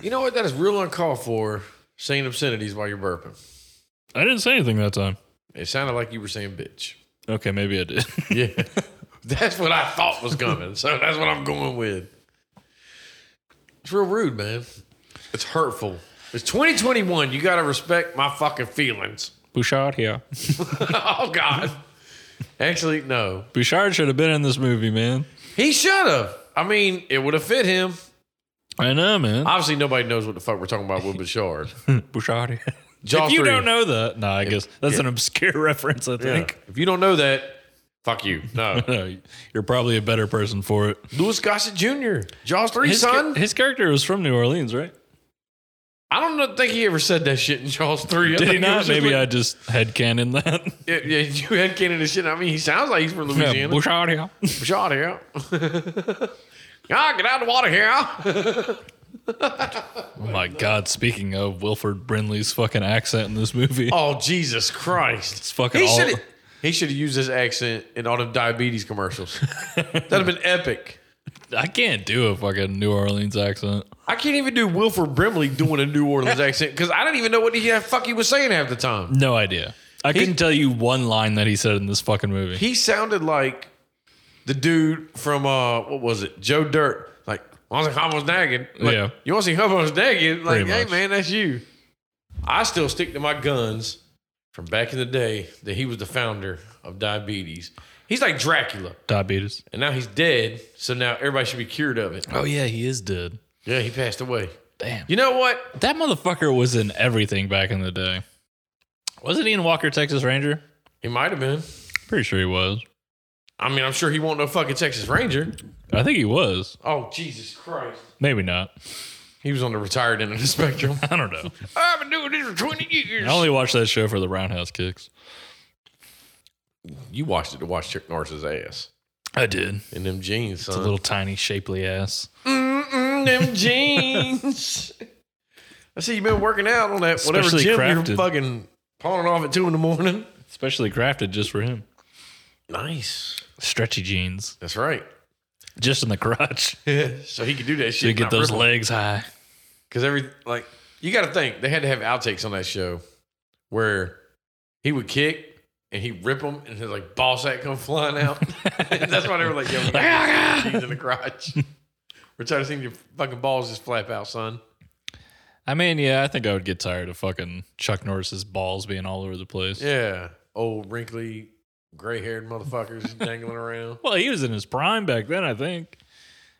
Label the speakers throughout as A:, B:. A: You know what? That is real uncalled for. Saying obscenities while you're burping.
B: I didn't say anything that time.
A: It sounded like you were saying bitch.
B: Okay, maybe I did.
A: Yeah. that's what I thought was coming. So that's what I'm going with. It's real rude, man. It's hurtful. It's 2021. You got to respect my fucking feelings.
B: Bouchard, yeah.
A: oh, God. Actually, no.
B: Bouchard should have been in this movie, man.
A: He should have. I mean, it would have fit him.
B: I know, man.
A: Obviously, nobody knows what the fuck we're talking about with Bouchard.
B: Bouchard.
A: Jaw
B: if you
A: three.
B: don't know that, no, I guess that's an obscure reference. I
A: Yeah.
B: think.
A: If you don't know that, fuck you. No.
B: No, Uh, you're probably a better person for it.
A: Louis Gossett Jr., Jaws 3,
B: His,
A: son.
B: cha- his character was from New Orleans, right?
A: I don't know- think he ever said that shit in Jaws 3. I
B: Did he
A: think it
B: not?
A: was just
B: Maybe
A: like-
B: I just headcanon that.
A: Yeah, yeah, you headcanon and shit. I mean, he sounds like he's from
B: yeah,
A: Louisiana.
B: Bouchard, yeah.
A: Shot here. ah, get out of the water here.
B: Oh my God! Speaking of Wilford Brimley's fucking accent in this movie,
A: Oh, Jesus Christ.
B: It's fucking
A: he
B: all-
A: shoulda- He should have used his accent in all them diabetes commercials. That'd have been epic.
B: I can't do a fucking New Orleans accent.
A: I can't even do Wilford Brimley doing a New Orleans accent because I didn't even know what the he- fuck he was saying half the time.
B: No idea. I couldn't tell you one line that he said in this fucking movie.
A: He sounded like the dude from, uh, what was it, Joe Dirt. Like, I was like, Homo's nagging. Like,
B: Yeah.
A: You want to see Homo's nagging? Like,
B: Pretty
A: hey,
B: much.
A: man, that's you. I still stick to my guns from back in the day that he was the founder of diabetes. He's like Dracula,
B: Diabetes.
A: and now he's dead. So now everybody should be cured of it.
B: Oh yeah, he is dead.
A: Yeah, he passed away.
B: Damn.
A: You know what?
B: That motherfucker was in everything back in the day. Wasn't he in Walker, Texas Ranger?
A: He might have been.
B: Pretty sure he was.
A: I mean, I'm sure he won't no fucking Texas Ranger.
B: I think he was.
A: Oh, Jesus Christ.
B: Maybe not.
A: He was on the retired end of the spectrum.
B: I don't know.
A: I've been doing this for 20 years.
B: I only watched that show for the roundhouse kicks.
A: you watched it to watch Chuck Norris's ass.
B: I did.
A: And them jeans, son.
B: The little tiny, shapely ass.
A: Mm-mm, them jeans. I see you've been working out on that whatever
B: Specially
A: gym
B: crafted.
A: you're fucking pawning off at two in the morning.
B: Especially crafted just for him.
A: Nice.
B: Stretchy jeans.
A: That's right.
B: Just in the crotch.
A: so he could do that shit.
B: To get those legs high.
A: Because every like you got to think they had to have outtakes on that show where he would kick and he would rip them and his like ball sack come flying out. That's why they were like, "Yo, we gotta get these in the crotch." We're tired of seeing your fucking balls just flap out, son.
B: I mean, yeah, I think I would get tired of fucking Chuck Norris's balls being all over the place.
A: Yeah, old wrinkly, gray-haired motherfuckers dangling around.
B: Well, he was in his prime back then, I think.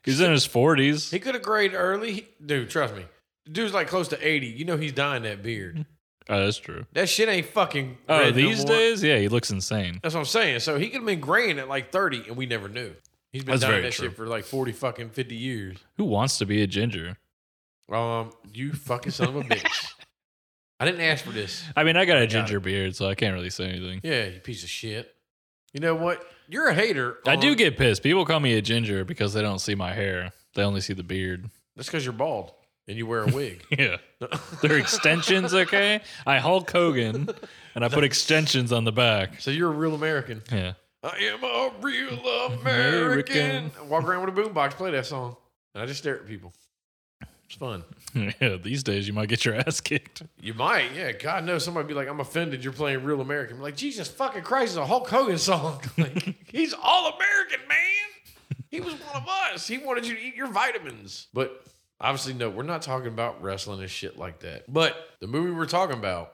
B: He was in his 40s.
A: He could have grayed early, He- dude. Trust me, the dude's like close to eighty. You know he's dying that beard.
B: Oh, that's true.
A: That shit ain't fucking.
B: Oh,
A: red no
B: these
A: more.
B: days, yeah, he looks insane.
A: That's what I'm saying. So he could have been graying at like 30 and we never knew. He's been
B: That's
A: dying
B: very
A: that
B: true.
A: shit for like 40 fucking 50 years.
B: Who wants to be a ginger?
A: Um, you fucking son of a bitch. I didn't ask for this.
B: I mean, I got a
A: Got it.
B: ginger beard, so I can't really say anything.
A: Yeah, you piece of shit. You know what? You're a hater.
B: I do
A: on-
B: get pissed. People call me a ginger because they don't see my hair; they only see the beard.
A: That's because you're bald and you wear a wig.
B: Yeah, they're extensions. Okay, I Hulk Hogan, and I put extensions on the back.
A: so you're a real American.
B: Yeah,
A: I am a real American. I Walk around with a boombox, play that song. And I just stare at people. It's fun.
B: yeah. These days, you might get your ass kicked.
A: You might, yeah. God knows somebody be like, I'm offended you're playing Real American. I'm like, Jesus fucking Christ, it's a Hulk Hogan song. Like, he's all American, man. He was one of us. He wanted you to eat your vitamins. But obviously, no, we're not talking about wrestling and shit like that. But the movie we're talking about,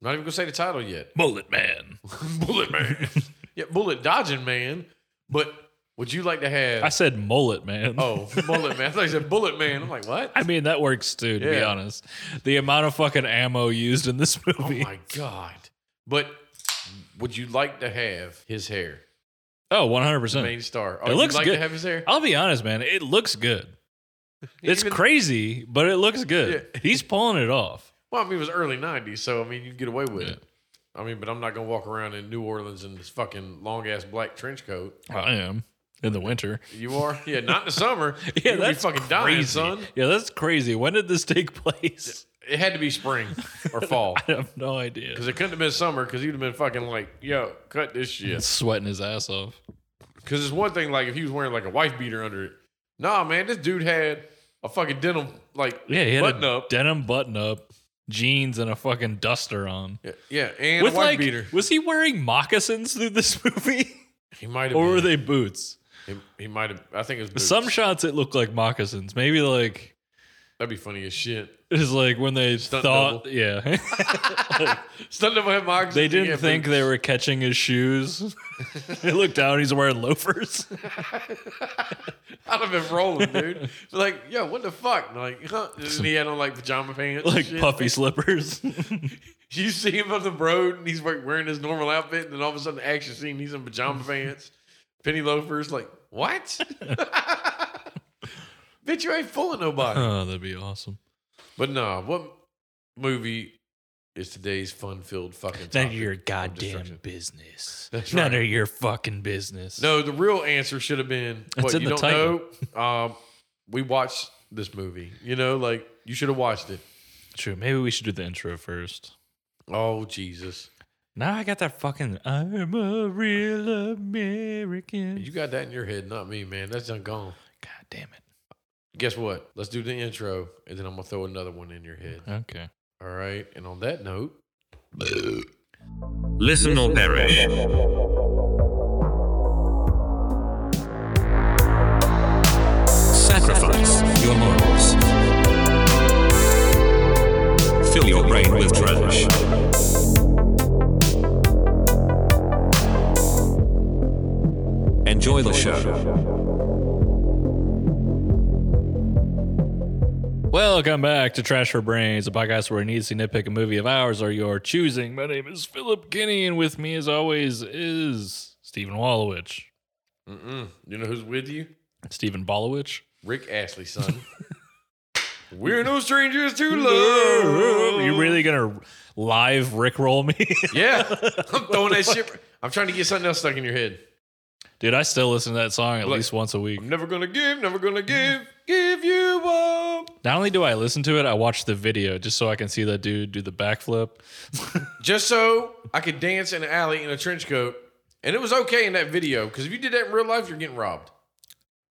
A: I'm not even gonna say the title yet.
B: Bullet Man.
A: Bullet Man. yeah, Bullet Dodging Man. But would you like to have
B: I said mullet man.
A: Oh, Bullet Man. I thought you said Bullet Man. I'm like, what?
B: I mean that works too. To be
A: Yeah.
B: honest, the amount of fucking ammo used in this
A: Oh
B: movie.
A: my God. But would you like to have his hair?
B: Oh, one hundred percent.
A: main star. Oh,
B: It
A: it
B: looks
A: looks like
B: good.
A: to have his hair.
B: I'll be honest, man. It looks good. It's
A: Even-
B: crazy, but it looks good.
A: Yeah.
B: He's pulling it off.
A: Well, I mean, it was early '90s, so I mean, you can get away with
B: Yeah.
A: it. I mean, but I'm not gonna walk around in New Orleans in this fucking long ass black trench coat.
B: I am in the winter.
A: You are, yeah, not in the summer.
B: Yeah,
A: You'd be
B: that's
A: fucking
B: crazy.
A: dying, son.
B: Yeah, that's crazy. When did this take place?
A: It had to be spring or fall
B: I have no idea.
A: because it couldn't have been summer because he'd have been fucking like, yo, cut this shit.
B: Sweating his ass off.
A: Because it's one thing like if he was wearing like a wife beater under it. Nah, man, this dude had a fucking denim like
B: Yeah, he had
A: button
B: a
A: up.
B: denim button up, jeans, and a fucking duster on.
A: yeah, yeah, and
B: With
A: a white
B: like,
A: beater.
B: was he wearing moccasins through this movie,
A: He might have.
B: or were
A: been.
B: they boots?
A: He, he might have. I think it was boots.
B: Some shots it looked like moccasins. Maybe like
A: That'd be funny as shit.
B: it was like when they
A: Stunt
B: thought, yeah,
A: Stunned up had moccasins.
B: they
A: and
B: didn't
A: he had
B: think
A: boots.
B: they were catching his shoes. they looked down, he's wearing loafers.
A: I'd have been rolling, dude. Be like, yo, what the fuck? And like, huh? And he had on like pajama pants, and
B: like
A: shit.
B: puffy slippers.
A: You see him on the road, and he's like wearing his normal outfit, and then all of a sudden, action scene, he's in pajama pants, penny loafers. Like, what? Bitch, you ain't fooling nobody.
B: oh, that'd be awesome.
A: But nah, what movie is today's fun-filled fucking?
B: None of
A: topic
B: your
A: of
B: goddamn
A: destruction?
B: business.
A: That's
B: None
A: right.
B: of your fucking business.
A: No, the real answer should have been
B: It's
A: what
B: in
A: you
B: the
A: don't know. Um, we watched this movie. You know, like you should have watched it.
B: True. Maybe we should do the intro first.
A: Oh Jesus,
B: Now I got that fucking I'm a real American.
A: you got that in your head, not me, man. That's done gone.
B: God damn it.
A: Guess what? Let's do the intro, and then I'm gonna throw another one in your head.
B: Okay.
A: All right. And on that note,
C: Listen or perish. Sacrifice your morals. Fill your brain with trash. Enjoy the show.
B: Welcome back to Trash for Brains, a podcast where an easy nitpick a movie of ours or your choosing. My name is Philip Guinea, and with me, as always, is Stephen Wallowich.
A: mm-mm, you know who's with you?
B: Stephen Bollowich.
A: Rick Ashley, son. We're no strangers to love.
B: You really gonna live Rickroll me?
A: Yeah, I'm throwing that shit. I'm trying to get something else stuck in your head.
B: Dude, I still listen to that song at
A: Look.
B: least once a week.
A: I'm never gonna give, never gonna give, give you up.
B: Not only do I listen to it, I watch the video just so I can see that dude do the backflip.
A: Just so I could dance in an alley in a trench coat, and it was okay in that video because if you did that in real life, you're getting robbed.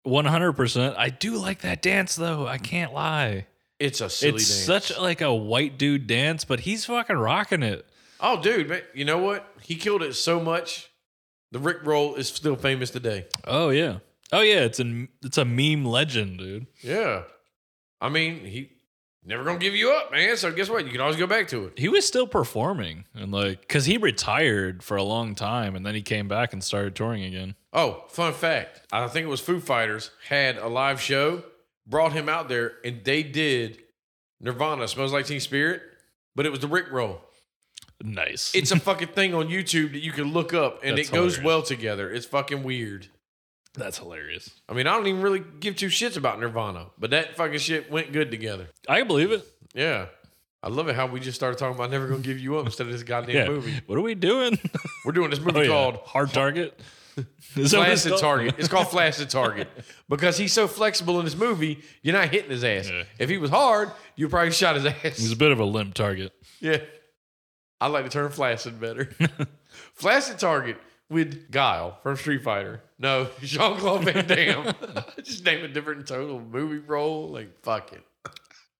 B: 100%. I do like that dance though. I can't lie.
A: It's a silly
B: it's
A: dance.
B: such like a white dude dance, but he's fucking rocking it.
A: oh, dude, man, you know what? He killed it so much. The Rick roll is still famous today.
B: Oh yeah. Oh yeah, it's an it's a meme legend, dude.
A: Yeah, I mean, he never gonna give you up, man. So guess what? You can always go back to it.
B: He was still performing and like cuz he retired for a long time and then he came back and started touring again.
A: Oh, fun fact. I think it was Foo Fighters had a live show, brought him out there, and they did Nirvana, Smells Like Teen Spirit, but it was the Rick Roll.
B: Nice.
A: It's a fucking thing on YouTube that you can look up and
B: That's
A: it goes
B: hilarious.
A: well together. It's fucking weird.
B: That's hilarious.
A: I mean, I don't even really give two shits about Nirvana, but that fucking shit went good together.
B: I can believe it.
A: Yeah. I love it how we just started talking about Never Gonna Give You Up instead of this goddamn
B: Yeah.
A: movie.
B: What are we doing?
A: We're doing this movie
B: Oh, yeah.
A: called
B: Hard Target. Is that what it's
A: Flash at
B: called?
A: Target. It's called Flash at Target because he's so flexible in this movie. You're not hitting his ass.
B: Yeah.
A: If he was hard, you probably shot his
B: He's
A: ass.
B: a bit of a limp target.
A: Yeah, I like the term flaccid better. flaccid Target with Guile from Street Fighter. No, Jean Claude Van Damme. Just name a different total movie role. Like fuck it,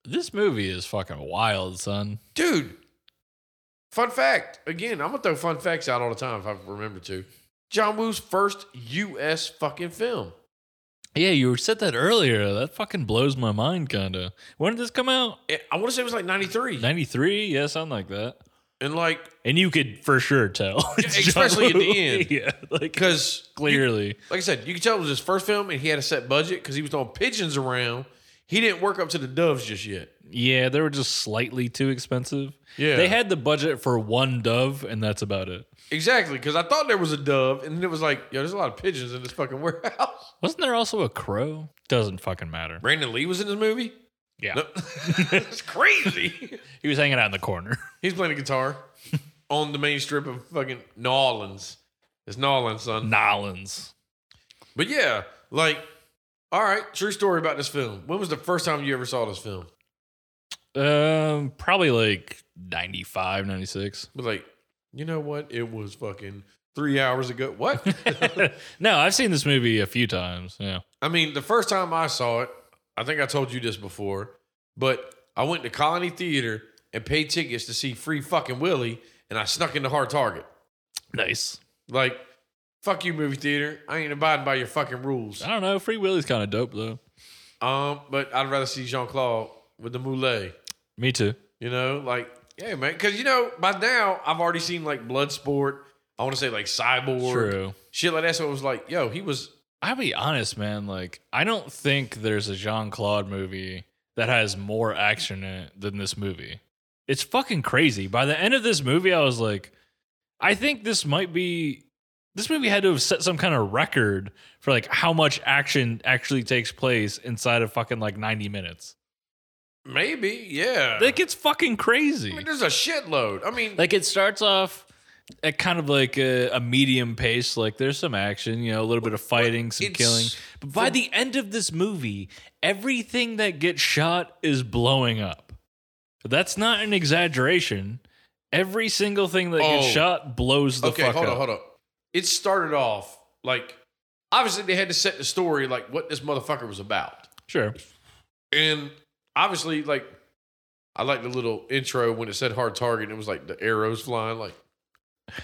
B: This movie is fucking wild, son.
A: dude. Fun fact. Again, I'm gonna throw fun facts out all the time if I remember to. John Woo's first U.S. fucking film.
B: Yeah, you said that earlier. That fucking blows my mind, kinda. When did this come out?
A: Eh, I- I want to say it was like '93.
B: 93? Yeah, something like that.
A: And like
B: And you could for sure tell. it's John
A: especially at the
B: Woo.
A: end.
B: yeah, like
A: Because
B: clearly.
A: like I said, you can tell it was his first film, and he had a set budget because he was throwing pigeons around. He didn't work up to the doves just yet.
B: Yeah, they were just slightly too expensive.
A: Yeah.
B: They had the budget for one dove, and that's about it.
A: Exactly, because I thought there was a dove, and then it was like, yo, there's a lot of pigeons in this fucking warehouse.
B: Wasn't there also a crow? Doesn't fucking matter.
A: Brandon Lee was in this movie.
B: Yeah.
A: No. It's crazy.
B: He was hanging out in the corner.
A: He's playing a guitar on the main strip of fucking New Orleans. It's New Orleans, son.
B: Nolans.
A: But yeah, like, all right, true story about this film. When was the first time you ever saw this film?
B: Um, probably like 95, 96.
A: But like, you know what? It was fucking three hours ago. What?
B: no, I've seen this movie a few times. Yeah.
A: I mean, the first time I saw it, I think I told you this before, but I went to Colony Theater and paid tickets to see Free Fucking Willy, and I snuck into Hard Target.
B: Nice.
A: Like, fuck you, movie theater. I ain't abiding by your fucking rules.
B: I don't know. Free Willy's kind of dope though.
A: Um, but I'd rather see Jean Claude with the Moulet.
B: Me too.
A: You know, like, yeah, man. Because you know, by now I've already seen like Bloodsport. I want to say like Cyborg,
B: True.
A: shit like that. So it was like, yo, he was
B: I'll be honest, man. Like, I don't think there's a Jean Claude movie that has more action in it than this movie. It's fucking crazy. By the end of this movie, I was like, I think this might be. This movie had to have set some kind of record for like how much action actually takes place inside of fucking like 90 minutes.
A: maybe, yeah.
B: Like, it's fucking crazy.
A: I mean, there's a shitload. I mean,
B: like it starts off at kind of like a, a medium pace like there's some action you know a little bit of fighting some
A: it's-
B: killing but by the end of this movie everything that gets shot is blowing up that's not an exaggeration every single thing that gets
A: Oh.
B: shot blows the
A: okay,
B: fuck
A: hold
B: up
A: on, hold on. It started off like obviously they had to set the story like what this motherfucker was about,
B: sure
A: and obviously like I like the little intro when it said hard target. and It was like the arrows flying. Like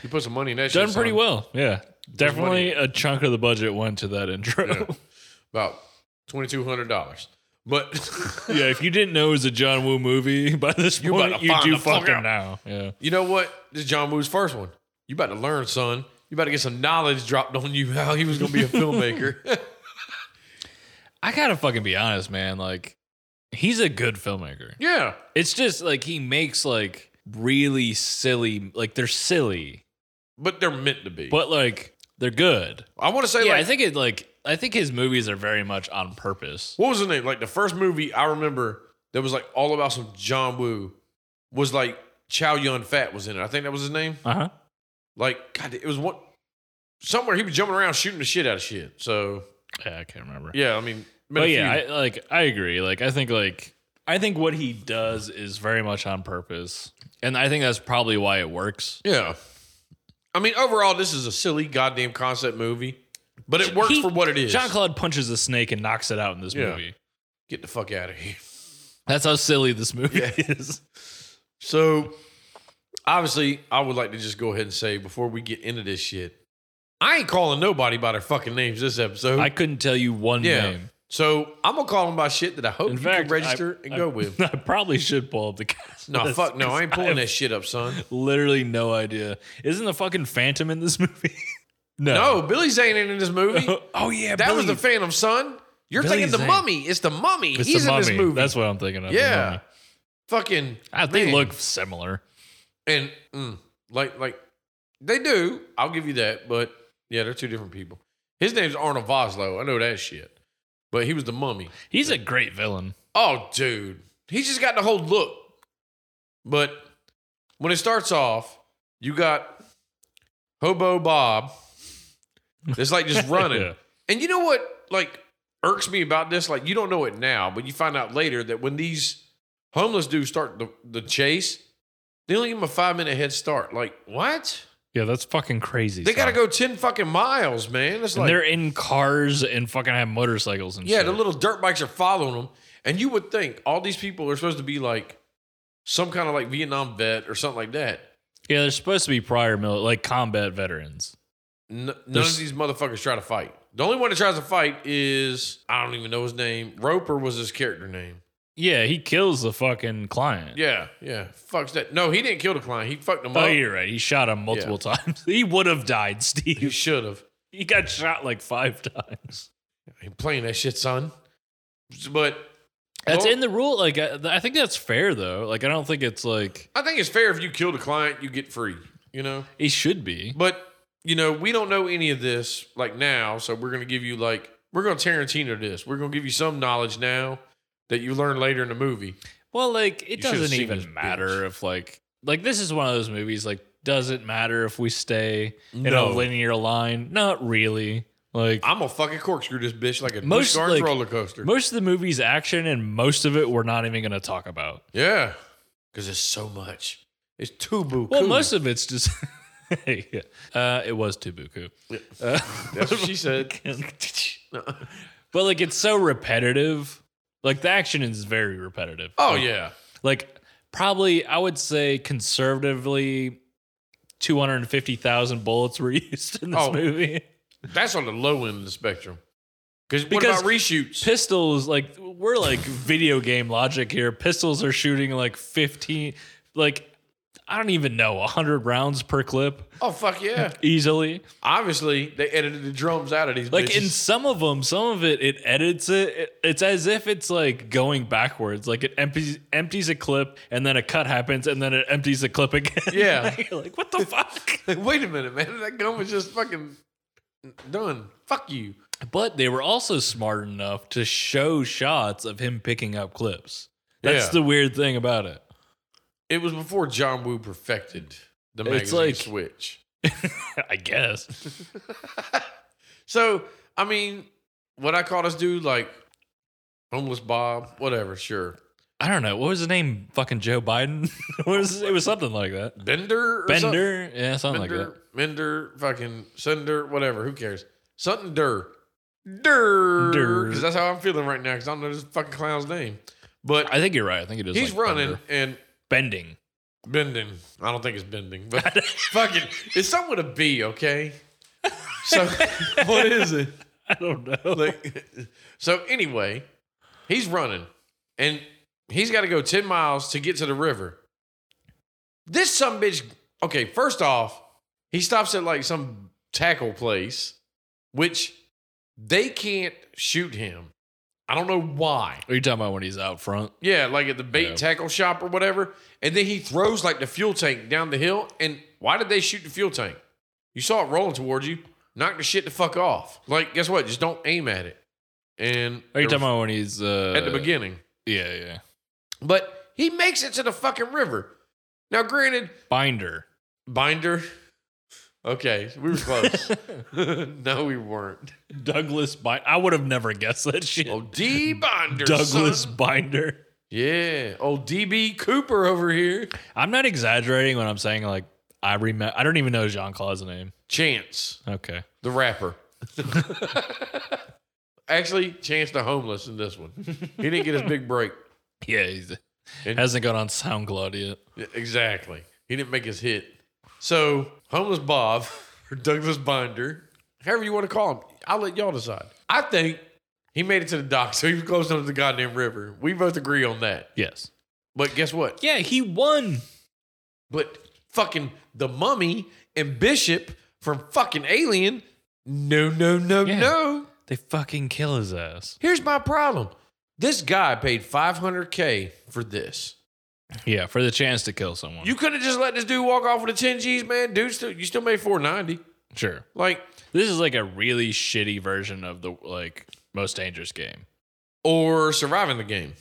A: you put some money in that.
B: done
A: shit,
B: pretty
A: son.
B: well yeah
A: money.
B: definitely a chunk of the budget went to that intro
A: Yeah. about twenty two hundred dollars. But
B: yeah if you didn't know it was a john woo movie by this
A: You about
B: point
A: to
B: you
A: find
B: do
A: the fuck
B: fucking
A: out.
B: now yeah
A: you know what? This is John Woo's first one. You about to learn, son. You about to get some knowledge dropped on you how he was going to be a filmmaker.
B: I gotta fucking be honest, man. Like, he's a good filmmaker.
A: yeah,
B: It's just like he makes like really silly, like they're silly,
A: but they're meant to be.
B: but like they're good.
A: I want to say
B: yeah,
A: like
B: I think it like I think his movies are very much on purpose.
A: what was the name? Like the first movie I remember that was like all about some John Woo was like Chow Yun Fat was in it. I think that was his name.
B: Uh huh.
A: Like God, it was one somewhere he was jumping around shooting the shit out of shit. So
B: Yeah, I can't remember.
A: yeah, I mean, been a
B: but yeah,
A: few.
B: I, like I agree. Like I think like I think what he does is very much on purpose, and I think that's probably why it works.
A: Yeah. I mean, overall, this is a silly goddamn concept movie, but it works
B: He-
A: for what it is.
B: John Claude punches a snake and knocks it out in this
A: Yeah.
B: movie.
A: Get the fuck out of here.
B: That's how silly this movie
A: Yeah.
B: is.
A: So, obviously, I would like to just go ahead and say before we get into this shit, I ain't calling nobody by their fucking names this episode.
B: I couldn't tell you one
A: yeah.
B: name.
A: So, I'm going to call them by shit that I hope
B: In
A: you
B: fact,
A: can register
B: I-
A: and
B: I-
A: go with.
B: I probably should pull up the cast.
A: No,
B: list,
A: fuck no. I ain't
B: 'cause
A: pulling
B: have
A: that shit up, son.
B: Literally no idea. Isn't the fucking Phantom in this movie? no.
A: No, Billy Zane ain't in this movie. that
B: oh yeah,
A: was the
B: Billy-
A: Phantom, son. You're
B: Billy
A: thinking the
B: Zane.
A: mummy. It's the mummy.
B: It's
A: He's
B: the
A: in this
B: Mummy.
A: movie.
B: That's what I'm thinking of. the
A: yeah.
B: Mummy.
A: Fucking.
B: I, they
A: man.
B: look similar.
A: And mm, like like they do, I'll give you that, but yeah, they're two different people. His name's Arnold Voslo. I know that shit. But he was the mummy.
B: He's a great villain.
A: Oh, dude. He just got the whole look. But when it starts off, you got Hobo Bob. It's like just running.
B: Yeah.
A: And you know what like irks me about this? Like you don't know it now, but you find out later that when these homeless dudes start the, the chase, they only give them a five minute head start. Like, what?
B: Yeah, that's fucking crazy.
A: They gotta
B: son.
A: go ten fucking miles, man. It's
B: And
A: like
B: they're in cars and fucking have motorcycles and
A: yeah,
B: shit.
A: the little dirt bikes are following them, and you would think all these people are supposed to be like some kind of like Vietnam vet or something like that.
B: yeah, they're supposed to be prior mil- like combat veterans.
A: N- none
B: There's-
A: of these motherfuckers try to fight. The only one that tries to fight is I don't even know his name. Roper was his character name.
B: Yeah, he kills the fucking client.
A: Yeah, yeah. Fucks that. No, he didn't kill the client. He fucked him
B: Oh,
A: up.
B: you're right. He shot him multiple times. He would have died,
A: He
B: Steve.
A: should have.
B: He got shot like five times.
A: ain't playing that shit, son. But
B: That's
A: Well-
B: in the rule. Like, I, I think that's fair though. Like, I don't think it's like
A: I think it's fair if you kill the client, you get free. You know.
B: it should be.
A: But you know, we don't know any of this like now, so we're gonna give you like we're gonna Tarantino this. We're gonna give you some knowledge now that you learn later in the movie.
B: Well, like
A: You
B: it
A: should've
B: doesn't
A: seen this
B: even
A: bitch.
B: matter if like like this is one of those movies. Like, doesn't matter if we stay in a
A: No.
B: linear line. Not really. Like
A: I'm gonna fucking corkscrew this bitch like a most
B: Most, like-
A: roller coaster.
B: most of the movie's action and most of it we're not even going to talk about.
A: yeah, because it's so much. It's too boo.
B: Well, most of it's just. yeah. uh, it was Tubuku. Uh,
A: that's what she said.
B: but like it's so repetitive Like the action is very repetitive.
A: Oh
B: Like,
A: yeah.
B: like probably I would say conservatively 250,000 bullets were used in this
A: Oh.
B: movie.
A: That's on the low end of the spectrum. Because what
B: Because
A: about reshoots?
B: Pistols like we're like video game logic here. Pistols are shooting like 15 like I don't even know 100 rounds per clip
A: Oh fuck yeah!
B: easily.
A: Obviously, they edited the drums out of these.
B: Like in
A: bitches.
B: some of them, some of it it edits it. It- It's as if it's like going backwards. Like it empties empties a clip and then a cut happens and then it empties the clip again.
A: Yeah.
B: You're like what the fuck?
A: wait a minute, man, that gun was just fucking done. Fuck you.
B: But they were also smart enough to show shots of him picking up clips. That's
A: Yeah.
B: the weird thing about it.
A: It was before John Woo perfected the magazine
B: It's like-
A: switch.
B: I guess.
A: So I mean, what I call this dude like homeless Bob, whatever. Sure,
B: I don't know. What was his name? Fucking Joe Biden? What was- it was something like that.
A: Bender, or something?
B: Bender? Yeah, something
A: Bender,
B: like
A: Mender, fucking Cinder, whatever. Who cares? Something Dur. Dur.
B: Dur.
A: Because that's how I'm feeling right now because I don't know this fucking clown's name.
B: that.
A: But
B: I think you're right. I think it is.
A: he's
B: like
A: running
B: Bender.
A: and
B: Bending.
A: bending. I don't think it's bending, but fucking, it's something with a B, okay? So what is it?
B: I don't know.
A: Like, so anyway, he's running and he's got to go 10 miles to get to the river. This some bitch, okay, first off, he stops at like some tackle place, which they can't shoot him. I don't know why.
B: Are you talking about when he's out front?
A: Yeah, like at the bait
B: Yeah.
A: tackle shop or whatever. And then he throws like the fuel tank down the hill. And why did they shoot the fuel tank? You saw it rolling towards you. Knock the shit the fuck off. Like, guess what? Just don't aim at it. And
B: Are you talking about when he's uh,
A: at the beginning?
B: Yeah, yeah.
A: But he makes it to the fucking river. Now, granted,
B: Binder.
A: Binder. Okay, we were close. no, we weren't.
B: Douglas Binder. I would have never guessed that shit.
A: Oh, D. Binder.
B: Douglas
A: son.
B: Binder.
A: Yeah. Oh, D.B. Cooper over here.
B: I'm not exaggerating when I'm saying like I remember. I don't even know Jean Claude's name.
A: Chance.
B: Okay.
A: the rapper. Actually, Chance the homeless in this one. He didn't get his big break.
B: Yeah, he's,
A: And-
B: hasn't gone on SoundCloud yet.
A: Exactly. He didn't make his hit. So, homeless Bob or Douglas Binder, however you want to call him, I'll let y'all decide. I think he made it to the dock, so he was close enough to the goddamn river. We both agree on that.
B: Yes.
A: But guess what?
B: Yeah, he won.
A: But fucking the mummy and Bishop from fucking Alien, no, no, no,
B: Yeah.
A: no.
B: They fucking kill his ass.
A: Here's my problem. This guy paid 500K for this.
B: Yeah, for the chance to kill someone.
A: You could have just let this dude walk off with a 10 G's, man. Dude, still, you still made 490.
B: sure.
A: Like,
B: This is like a really shitty version of the like most dangerous game,
A: or surviving the game.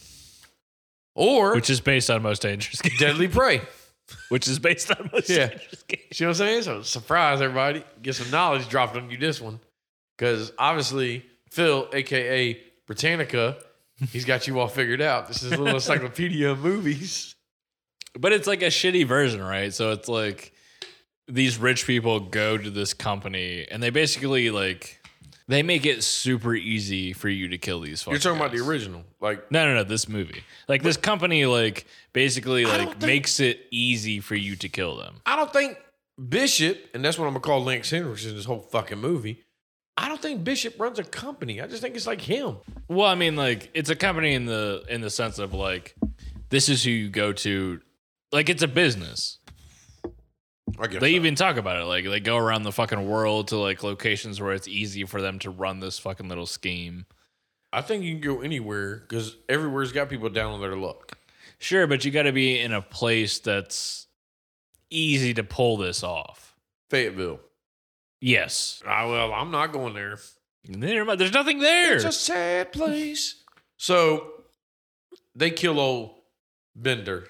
A: Or
B: which is based on most dangerous game,
A: Deadly Prey.
B: which is based on most
A: Yeah.
B: dangerous game.
A: See what I'm saying? So, surprise everybody. Get some knowledge dropped on you this one. Because obviously, Phil, AKA Britannica, he's got you all figured out. This is a little encyclopedia of movies.
B: But it's like a shitty version, right? So it's like these rich people go to this company and they basically like they make it super easy for you to kill these.
A: You're talking
B: fucking
A: about the
B: guys.
A: original. Like,
B: No, no, no. This movie, like this company, like basically
A: I
B: like
A: don't think-
B: makes it easy for you to kill them.
A: I don't think Bishop, and that's what I'm gonna call Lance Henriksen this whole fucking movie. I don't think Bishop runs a company. I just think it's like him.
B: Well, I mean, like it's a company in the in the sense of like this is who you go to. Like it's a business.
A: I guess
B: They even talk about it. Like they go around the fucking world to like locations where it's easy for them to run this fucking little scheme.
A: I think you can go anywhere because everywhere's got people down on their luck.
B: Sure, but you got to be in a place that's easy to pull this off.
A: Fayetteville.
B: Yes.
A: Ah, well, I'm not going there.
B: Never mind, There's nothing there.
A: It's a sad place. so they kill old Bender.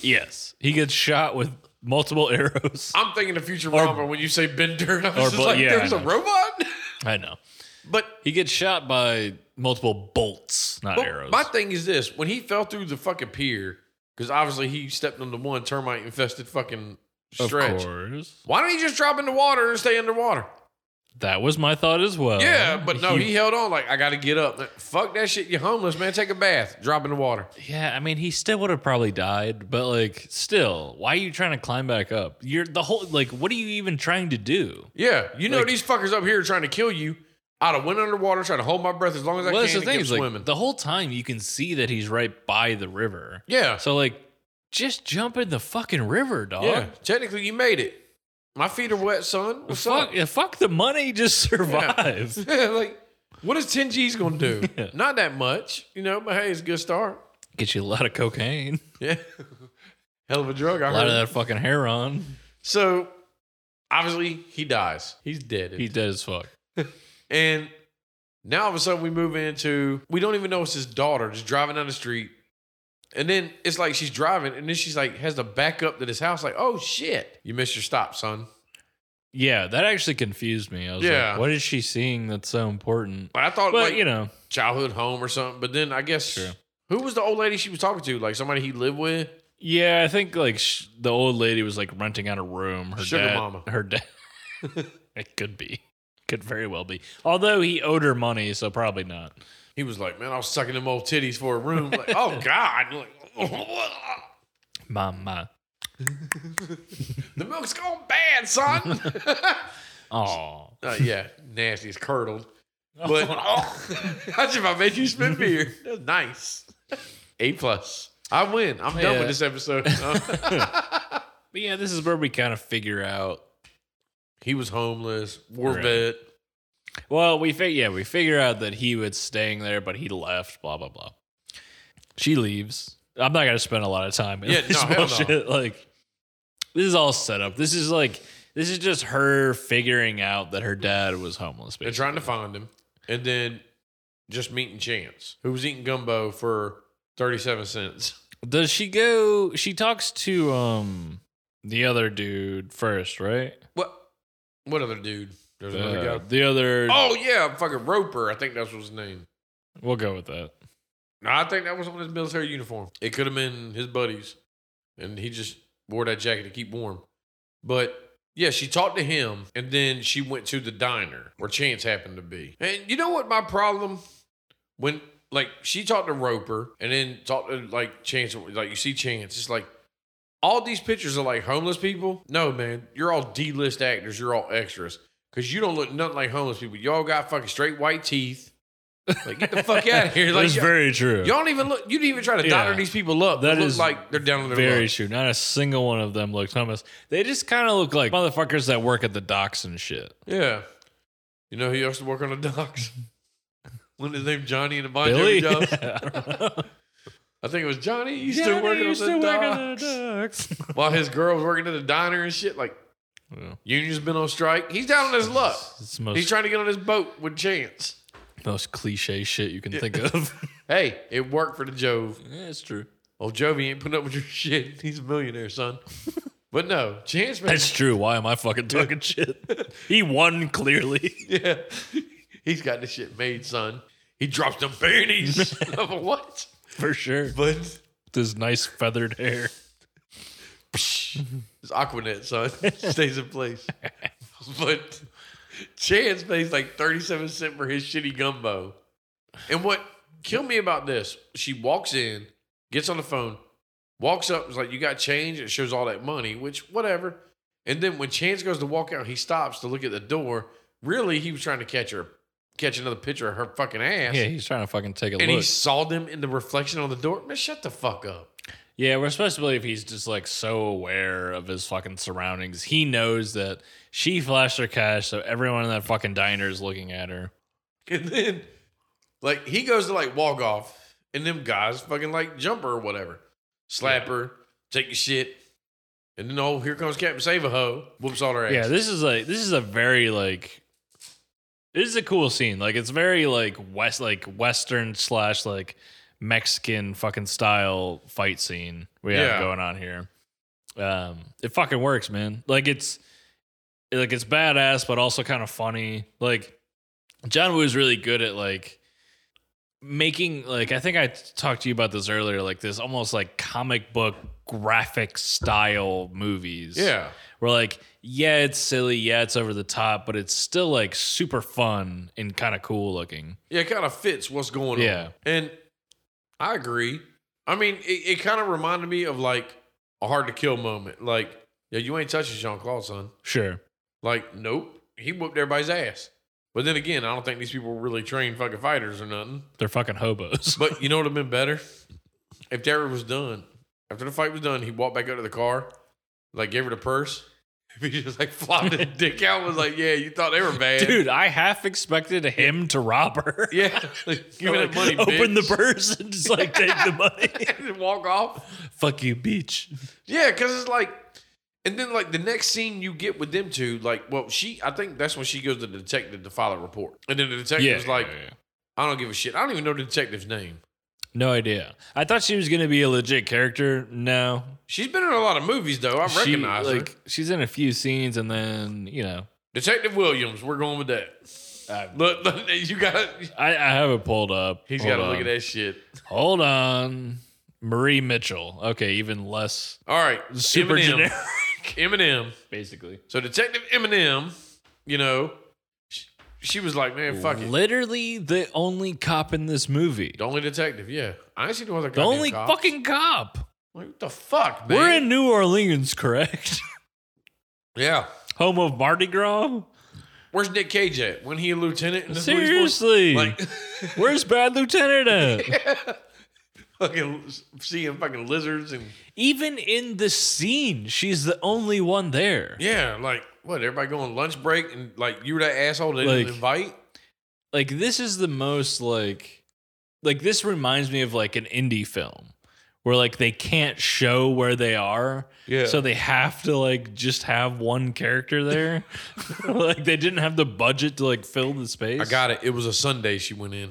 B: yes. He gets shot with multiple arrows.
A: I'm thinking of Futurama when you say Bender, and I was
B: or
A: just
B: bu-
A: like,
B: yeah, I
A: there's a
B: know.
A: robot.
B: I know.
A: but
B: He gets shot by multiple bolts, not
A: Well,
B: arrows.
A: My thing is this: when he fell through the fucking pier, because obviously he stepped on the one termite infested fucking
B: of
A: stretch.
B: course.
A: Why don't he just drop in the water and stay underwater?
B: That was my thought as well.
A: Yeah, but no, he held on like I got to get up. Like, Fuck that shit. You're homeless, man. Take a bath. Drop in the water.
B: Yeah, I mean, he still would have probably died, but like, still, why are you trying to climb back up? You're the whole like, what are you even trying to do?
A: Yeah, you know these fuckers up here trying to kill you. I'd have went underwater, trying to hold my breath as long as I
B: well, that's
A: can. and
B: the thing
A: kept
B: is, like,
A: swimming.
B: the whole time you can see that he's right by the river.
A: yeah,
B: So like, just jump in the fucking river, dog.
A: yeah. Technically, you made it. My feet are wet, son. What's
B: Fuck,
A: up?
B: yeah, fuck the money, just survive.
A: like, what is ten G's gonna do? Not that much, you know. But hey, it's a good start.
B: Get you a lot of cocaine,
A: Yeah, hell of a drug. I
B: a
A: heard.
B: lot of that fucking hair on.
A: So obviously, he dies. He's dead.
B: He's dead as fuck.
A: And now all of a sudden we move into we don't even know it's his daughter just driving down the street. And then it's like she's driving and then she's like has to back up to this house like, "Oh shit, you missed your stop, son."
B: Yeah, that actually confused me. I was
A: Yeah.
B: like, what is she seeing that's so important?
A: Like, I thought
B: But
A: like
B: you know,
A: childhood home or something, but then I guess
B: Sure.
A: who was the old lady she was talking to? Like somebody he lived with?
B: yeah, I think like sh- the old lady was like renting out a room. Her
A: Sugar
B: dad,
A: mama.
B: her dad. it could be, could very well be. Although he owed her money, so probably not.
A: He was like, "Man, I was sucking them old titties for a room." Like, "Oh god." Like,
B: Mama,
A: the milk's gone bad, son.
B: oh,
A: Uh, yeah, nasty. It's curdled. But
B: Oh,
A: I just about made you spit beer. That's nice. A plus. I win. I'm done
B: Yeah.
A: with this episode. Uh,
B: but yeah, this is where we kind of figure out.
A: he was homeless, war
B: Right.
A: vet.
B: Well, we fig- yeah, we figure out that he was staying there, but he left. Blah blah blah. She leaves. I'm not gonna spend a lot of time in
A: Yeah,
B: this
A: no, hell no.
B: bullshit. Like, this is all set up. This is like this is just her figuring out that her dad was homeless.
A: and
B: Basically.
A: trying to find him, and then just meeting Chance, who was eating gumbo for thirty-seven cents.
B: Does she go? She talks to um the other dude first, right?
A: What? What other dude? There's another
B: Uh,
A: guy.
B: the other.
A: Oh yeah, fucking Roper. I think that's what his name.
B: We'll go with that.
A: No, I think that was on his military uniform. It could have been his buddies, and he just wore that jacket to keep warm. But yeah, she talked to him, and then she went to the diner where Chance happened to be. And you know what? My problem when like she talked to Roper, and then talked to like Chance, like you see Chance, it's like. All these pictures are like homeless people. No, man, you're all D-list actors. You're all extras because you don't look nothing like homeless people. Y'all got fucking straight white teeth. Like, get the fuck out of here! Like,
B: That's
A: y'all-
B: very true.
A: you don't even look. You didn't even try to
B: Yeah.
A: daughter these people up. That
B: That
A: they look
B: is
A: like they're down on their
B: Very
A: luck.
B: true. Not a single one of them looks homeless. They just kind of look like motherfuckers that work at the docks and shit.
A: Yeah. You know who used to work on the docks? When his name Johnny and the Bon Jovi
B: Billy?
A: jobs.
B: Yeah.
A: I think it was Johnny. He used to work on
B: used
A: the
B: to work
A: docks.
B: at the docks.
A: While his girl was working at the diner and shit. Like
B: Yeah.
A: union's been on strike. He's down on his luck.
B: It's the most,
A: He's trying to get on his boat with Chance.
B: most cliche shit you can think of.
A: Hey, it worked for the Jove.
B: yeah, it's true.
A: Old Jovi ain't putting up with your shit. He's a millionaire, son. but no, Chance man.
B: That's true. Why am I fucking talking shit? He won clearly.
A: Yeah. He's got this shit made, son. He drops them panties. I'm like, what?
B: For sure.
A: But
B: This nice feathered hair.
A: it's Aquanet, son. Stays in place. But Chance pays like 37 cents for his shitty gumbo. And what killed me about this, she walks in, gets on the phone, walks up, is like, You got change? It shows all that money, which, whatever. And then when Chance goes to walk out, he stops to look at the door. Really, he was trying to catch her, catch another picture of her fucking ass.
B: Yeah, he's trying to fucking take a
A: and he
B: look.
A: saw them in the reflection on the door. Man, shut the fuck up.
B: Yeah, we're supposed to believe he's just like so aware of his fucking surroundings. He knows that she flashed her cash, so everyone in that fucking diner is looking at her.
A: And then, like, he goes to like walk off, and them guys fucking like jump her or whatever, slap her, take your shit, and then oh, here comes Captain Save a Ho, whoops all her ass.
B: Yeah, this is like this is a very like this is a cool scene. Like it's very like west like western slash like Mexican fucking style fight scene we
A: Yeah.
B: have going on here. Um, it fucking works, man. Like it's like it's badass, but also kind of funny. Like John Woo's really good at like making like I think I talked to you about this earlier, like this almost like comic book graphic style movies.
A: Yeah.
B: We're like, yeah, it's silly, yeah, it's over the top, but it's still like super fun and kind of cool looking.
A: Yeah, it kind of fits what's going
B: Yeah.
A: on. And I agree. I mean, it, it kind of reminded me of like a hard to kill moment. Like, yeah, you ain't touching Jean Claude, son.
B: Sure.
A: Like, nope. He whooped everybody's ass. But then again, I don't think these people were really trained fucking fighters or nothing.
B: They're fucking hobos.
A: But you know what would have been better? If Derek was done, after the fight was done, he walked back up to the car, like gave her the purse. If he just like flopped his dick out, was like, yeah, you thought they were bad.
B: Dude, I half expected him to rob her.
A: Yeah. Like, give me that money, bitch.
B: Open the purse and just like take the money.
A: and walk off.
B: Fuck you, bitch.
A: Yeah, because it's like, and then like the next scene you get with them two, like, well, she, I think that's when she goes to the detective to file a report, and then the detective's like,
B: yeah, yeah.
A: I don't give a shit. I don't even know the detective's name.
B: no idea. I thought she was gonna be a legit character. No,
A: She's been in a lot of movies though. I
B: She,
A: recognize
B: like
A: her.
B: she's in a few scenes, and then you know,
A: Detective Williams. We're going with that.
B: I,
A: Look, look you got. to
B: I, I have it pulled up.
A: He's
B: Hold
A: got to look
B: on.
A: at that shit.
B: Hold on, Marie Mitchell. Okay, even less
A: All right,
B: super
A: Eminem.
B: generic,
A: Eminem.
B: basically.
A: So Detective Eminem, you know, she, she was like, man, fuck it.
B: Literally the only cop in this movie.
A: The only detective, yeah. I ain't seen no other.
B: The
A: goddamn
B: only
A: cops.
B: fucking cop.
A: Like, what the fuck, man?
B: We're in New Orleans, correct?
A: Yeah.
B: Home of Mardi Gras.
A: Where's Nick Cage at? When he a lieutenant in the police force?
B: Seriously,
A: Like
B: where's Bad Lieutenant at?
A: fucking seeing fucking lizards and
B: Even in the scene, she's the only one there.
A: yeah, like what? Everybody going lunch break and like you were that asshole that
B: Like-
A: didn't invite.
B: like this is the most like like this reminds me of like an indie film where like they can't show where they are
A: Yeah.
B: so they have to like just have one character there like they didn't have the budget to like fill the space
A: I got it. It was a Sunday she went in.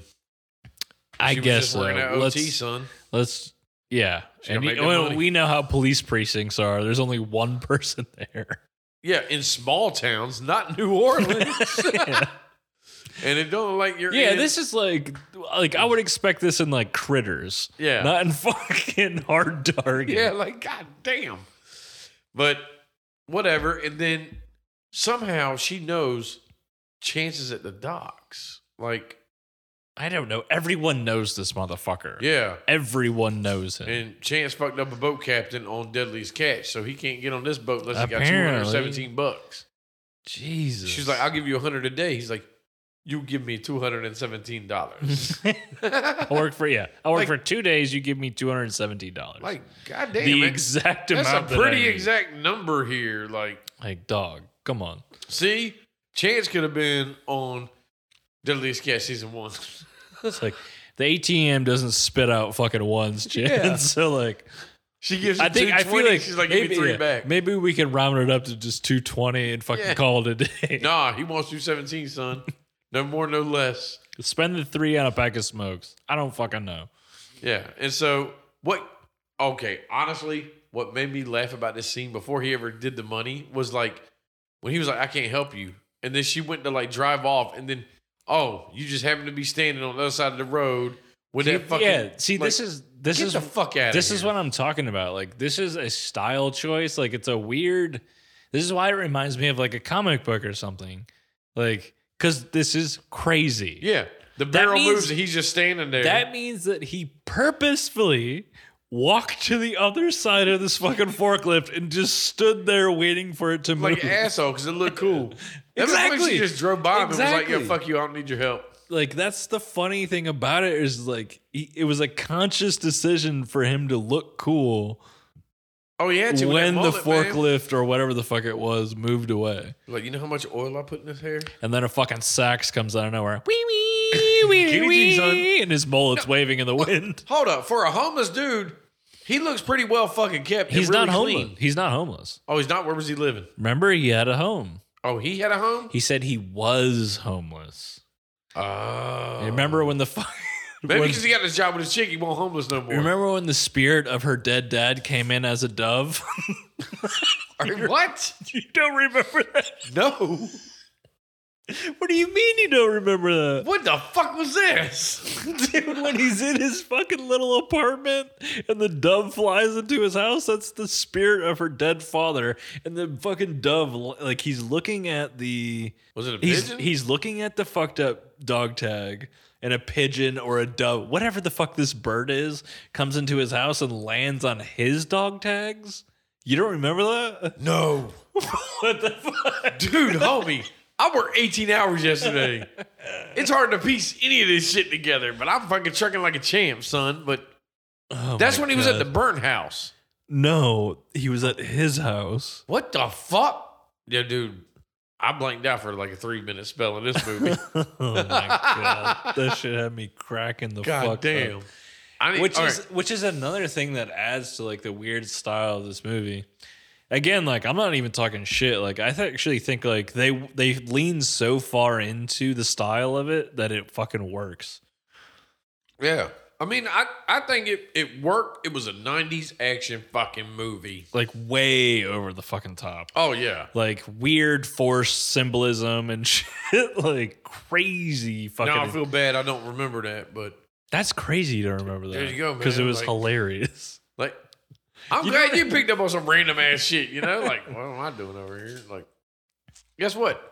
B: i
A: she
B: guess
A: was just
B: so
A: working at
B: let's
A: OT, son.
B: let's yeah
A: She gotta
B: and you-
A: make that
B: well,
A: money.
B: we know how police precincts are there's only one person there
A: Yeah, in small towns, not New Orleans.
B: yeah,
A: and it don't look like you're in-
B: this is like like i would expect this in like critters
A: Yeah.
B: not in fucking hard target
A: Yeah, like god damn. But whatever. And then somehow she knows chances at the docks. Like,
B: I don't know. Everyone knows this motherfucker.
A: yeah.
B: Everyone knows him.
A: And Chance fucked up a boat captain on Deadly's catch, so he can't get on this boat unless he got
B: Apparently.
A: 217 bucks.
B: Jesus.
A: She's like, I'll give you 100 a day. He's like, you give me $217.
B: I work for yeah. I work
A: Like-
B: for two days. You give me two hundred and seventeen dollars.
A: like, goddamn.
B: the
A: it.
B: exact
A: That's a
B: amount. that I
A: pretty
B: need.
A: exact number here. Like,
B: Like dog. Come on.
A: see, Chance could have been on Deadly's catch season one.
B: It's like the ATM doesn't spit out fucking ones, Jen.
A: Yeah.
B: So like,
A: She gives.
B: I think I feel like
A: she's like, give me three
B: yeah,
A: back.
B: Maybe uh, we can round it up to just two twenty and fucking
A: Yeah.
B: call it a day.
A: Nah, he wants two seventeen, son. No more, no less.
B: Spend the three on a pack of smokes. I don't fucking know.
A: Yeah. And so what? Okay, honestly, what made me laugh about this scene before he ever did the money was like when he was like, "I can't help you," and then she went to like drive off, and then oh, you just happen to be standing on the other side of the road with that fucking.
B: yeah. See,
A: like,
B: this is this
A: get
B: is
A: the fuck out.
B: this is what I'm talking about. Like this is a style choice. Like it's a weird. This is why it reminds me of like a comic book or something. Like because this is crazy.
A: Yeah, the barrel
B: means-
A: moves, and he's just standing there.
B: That means that he purposefully walked to the other side of this fucking forklift and just stood there waiting for it to move.
A: like eh. an asshole because it looked cool. That was like
B: Exactly.
A: she just drove by him and was
B: Exactly.
A: like, "Yeah, fuck you. I don't need your help."
B: like that's the funny thing about it is like he, it was a conscious decision for him to look cool
A: Oh, he had to in that
B: when the
A: moment, man.
B: forklift or whatever the fuck it was moved away.
A: Like, you know how much oil I put in his hair?
B: And then a fucking sax comes out of nowhere. Wee wee wee
A: Kenny G, son.
B: wee, and his mullet's waving in the wind.
A: Hold up, for a homeless dude, he looks pretty well fucking kept. and
B: He's
A: really
B: not homeless.
A: clean.
B: He's not homeless.
A: Oh, he's not. Where was he living?
B: Remember, he had a home.
A: Oh, he had a home.
B: He said he was homeless.
A: Oh,
B: remember when the fire?
A: Maybe
B: when-
A: because he got his job with his chick, he won't homeless no more.
B: remember when the spirit of her dead dad came in as a dove?
A: Or- what?
B: you don't remember that?
A: No.
B: What do you mean you don't remember that?
A: What the fuck was this?
B: Dude, when he's in his fucking little apartment and the dove flies into his house, that's the spirit of her dead father. And the fucking dove, like he's looking at the
A: Was it a
B: he's
A: pigeon?
B: he's looking at the fucked up dog tag, and a pigeon or a dove, whatever the fuck this bird is, comes into his house and lands on his dog tags. You don't remember that?
A: no.
B: what the fuck?
A: Dude, homie, I worked 18 hours yesterday. It's hard to piece any of this shit together, but I'm fucking trucking like a champ, son. But
B: Oh
A: that's
B: my
A: when he was at
B: God.
A: the burnt house.
B: No, he was at his house.
A: What the fuck? Yeah, dude, I blanked out for like a three minute spell in this movie.
B: oh my god, that shit had me cracking the
A: God
B: fuck
A: damn.
B: up.
A: I need,
B: Which
A: all
B: is
A: right,
B: which is another thing that adds to like the weird style of this movie. Again, like I'm not even talking shit. Like I th- actually think like they they lean so far into the style of it that it fucking works.
A: yeah. I mean, I, I think it, it worked. It was a 90s action fucking movie.
B: Like way over the fucking top.
A: Oh, yeah.
B: Like weird forced symbolism and shit. Like crazy fucking.
A: Now I feel bad. I don't remember that, but
B: That's crazy to remember that.
A: There you go,
B: Because it
A: man,
B: was
A: like-
B: hilarious.
A: Like, I'm
B: You
A: glad
B: know-
A: you picked up on some random ass shit, you know? Like, what am I doing over here? Like, guess what?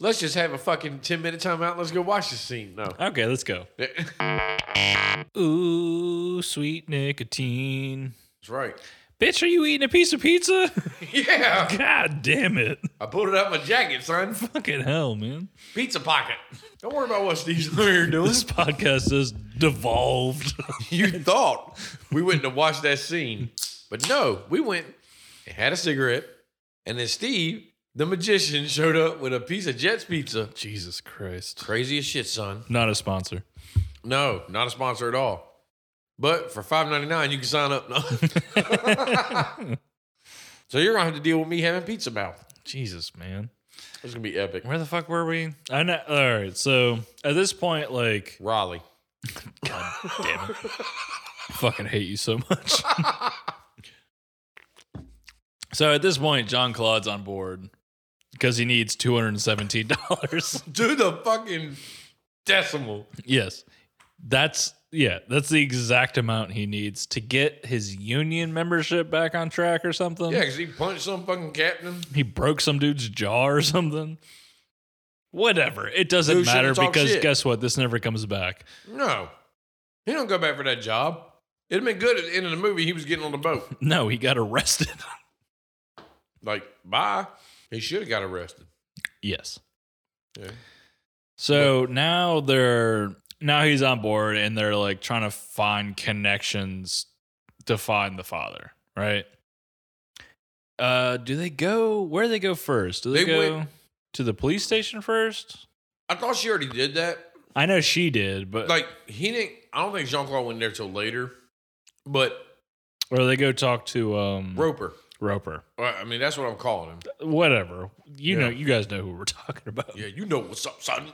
A: Let's just have a fucking 10 minute timeout. Let's go watch this scene. No.
B: Okay, let's go.
A: That's
B: Ooh, sweet nicotine.
A: right.
B: Bitch, are you eating a piece of pizza?
A: Yeah.
B: God damn it.
A: I pulled it out my jacket, son.
B: Fucking hell, man.
A: Pizza pocket. Don't worry about what Steve's here doing.
B: This podcast is devolved.
A: You thought we went to watch that scene, but no, we went and had a cigarette, and then Steve, the magician, showed up with a piece of Jets pizza.
B: Jesus Christ.
A: Crazy as shit, son.
B: Not a sponsor.
A: No, not a sponsor at all. But for five ninety nine, you can sign up. No. so you're gonna have to deal with me having pizza mouth.
B: Jesus, man.
A: It's gonna be epic.
B: Where the fuck were we? I know. All right. So at this point, like,
A: Raleigh.
B: God damn it. I fucking hate you so much. so at this point, John Claude's on board because he needs $217.
A: To the fucking decimal.
B: yes. That's yeah, that's the exact amount he needs to get his union membership back on track or something.
A: Yeah, because he punched some fucking captain.
B: He broke some dude's jaw or something. Whatever. It doesn't
A: Dude shouldn't
B: matter
A: talk
B: because
A: shit.
B: guess what? This never comes back.
A: No. He don't go back for that job. It'd been good at the end of the movie. He was getting on the boat.
B: No, he got arrested.
A: Like, bye. He should have got arrested.
B: yes.
A: Yeah.
B: So now they're now he's on board and they're like trying to find connections to find the father, right? Uh do they go where do they go first? Do they,
A: They
B: go
A: went-
B: to the police station first?
A: I thought she already did that.
B: I know she did, but
A: Like, he didn't I don't think Jean Claude went there till later. But
B: or they go talk to um
A: Roper.
B: Roper.
A: Well, I mean, that's what I'm calling him.
B: Whatever. You
A: Yeah.
B: know you guys know who we're talking about.
A: Yeah, you know what's up, son.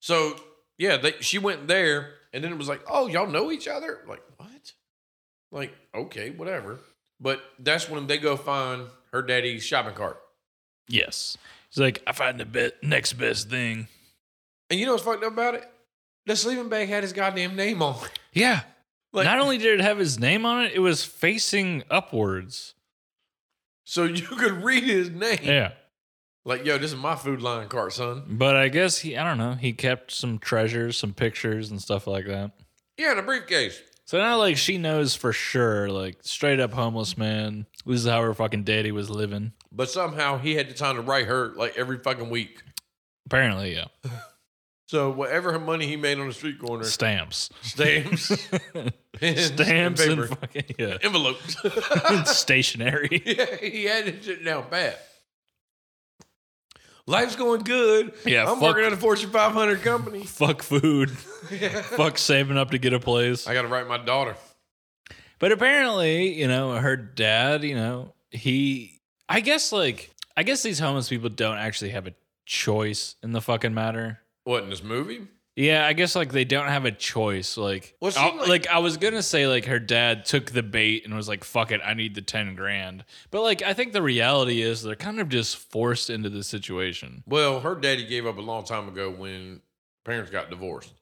A: So yeah, they, she went there, and then it was like, oh, y'all know each other? Like what? Like okay, whatever. But that's when they go find her daddy's shopping cart.
B: Yes. He's like, I find the be- next best thing.
A: And you know what's fucked up about it? The sleeping bag had his goddamn name on. it.
B: Yeah.
A: Like-
B: Not only did it have his name on it, it was facing upwards.
A: So you could read his name.
B: Yeah.
A: Like, yo, this is my food line cart, son.
B: But I guess he, I don't know, he kept some treasures, some pictures, and stuff like that.
A: Yeah, in a briefcase.
B: So now, like, she knows for sure, like, straight up homeless man. This is how her fucking daddy was living.
A: But somehow he had the time to write her like every fucking week.
B: Apparently, yeah.
A: So whatever money he made on the street corner,
B: Stamps.
A: stamps, pens, and
B: Stamps and,
A: paper.
B: fucking, yeah.
A: envelopes.
B: and stationery.
A: yeah, he had it shit down pat. Life's going good.
B: Yeah,
A: I'm
B: fuck-
A: working at a Fortune 500 company.
B: Fuck food. Fuck saving up to get a place.
A: I got to write my daughter.
B: But apparently, you know, her dad, you know, he, I guess, like, I guess these homeless people don't actually have a choice in the fucking matter.
A: What in this movie?
B: Yeah, I guess like they don't have a choice. Like,
A: Well, it
B: I-
A: seemed
B: like,
A: like-
B: I was gonna say like her dad took the bait and was like, "Fuck it, I need the ten grand." But like, I think the reality is they're kind of just forced into the situation.
A: Well, her daddy gave up a long time ago when parents got divorced.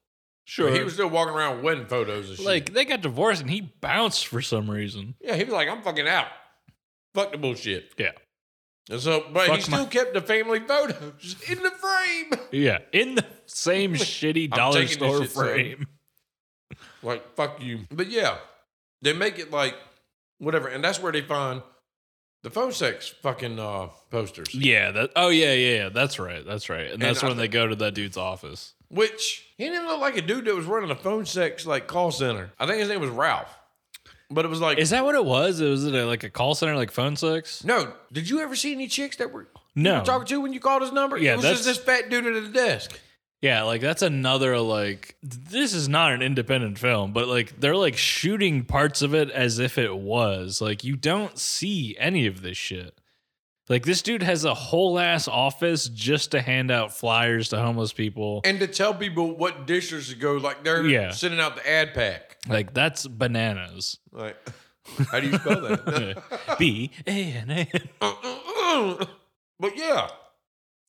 B: Sure,
A: But he was still walking around with wedding photos and shit.
B: like they got divorced and he bounced for some reason.
A: yeah, he was like, I'm fucking out. Fuck the bullshit.
B: Yeah.
A: And so, but he
B: Fuck my-
A: still kept the family photos in the frame.
B: Yeah, in the same shitty
A: I'm
B: dollar
A: taking this
B: store
A: shit, son.
B: frame.
A: Like, fuck you. But yeah, they make it like whatever. And that's where they find the phone sex fucking uh, posters,
B: Yeah. That. Oh yeah, yeah, yeah. That's right. That's right. And, that's
A: I
B: when they go to that dude's office.
A: which he didn't look like a dude that was running a phone sex like call center. I think his name was Ralph. But it was like,
B: Is that what it was? It was it a, like a call center, like phone sex?
A: no, did you ever see any chicks that were
B: No.
A: talking to when you called his number?
B: Yeah,
A: it was just
B: that's-
A: this fat dude at the desk.
B: Yeah, like that's another like this is not an independent film, but like they're like shooting parts of it as if it was. Like you don't see any of this shit. Like this dude has a whole ass office just to hand out flyers to homeless people.
A: And to tell people what dishes to go, like they're
B: Yeah.
A: sending out the ad pack.
B: Like that's bananas.
A: Like, how do you spell that?
B: B A N A.
A: but yeah,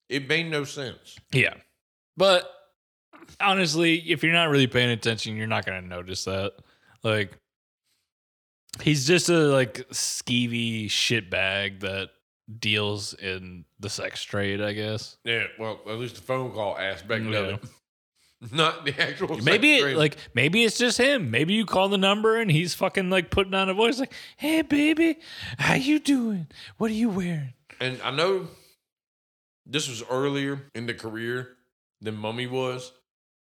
A: it made no sense.
B: Yeah. But honestly, if you're not really paying attention, you're not going to notice that. Like, he's just a like skeevy shitbag that deals in the sex trade, I guess.
A: Yeah, well, at least the phone call aspect
B: Yeah.
A: of it, not the actual.
B: Maybe
A: sex trade.
B: it, like maybe it's just him. Maybe you call the number and he's fucking like putting on a voice like, "Hey baby, how you doing? What are you wearing?"
A: and I know this was earlier in the career than Mummy was,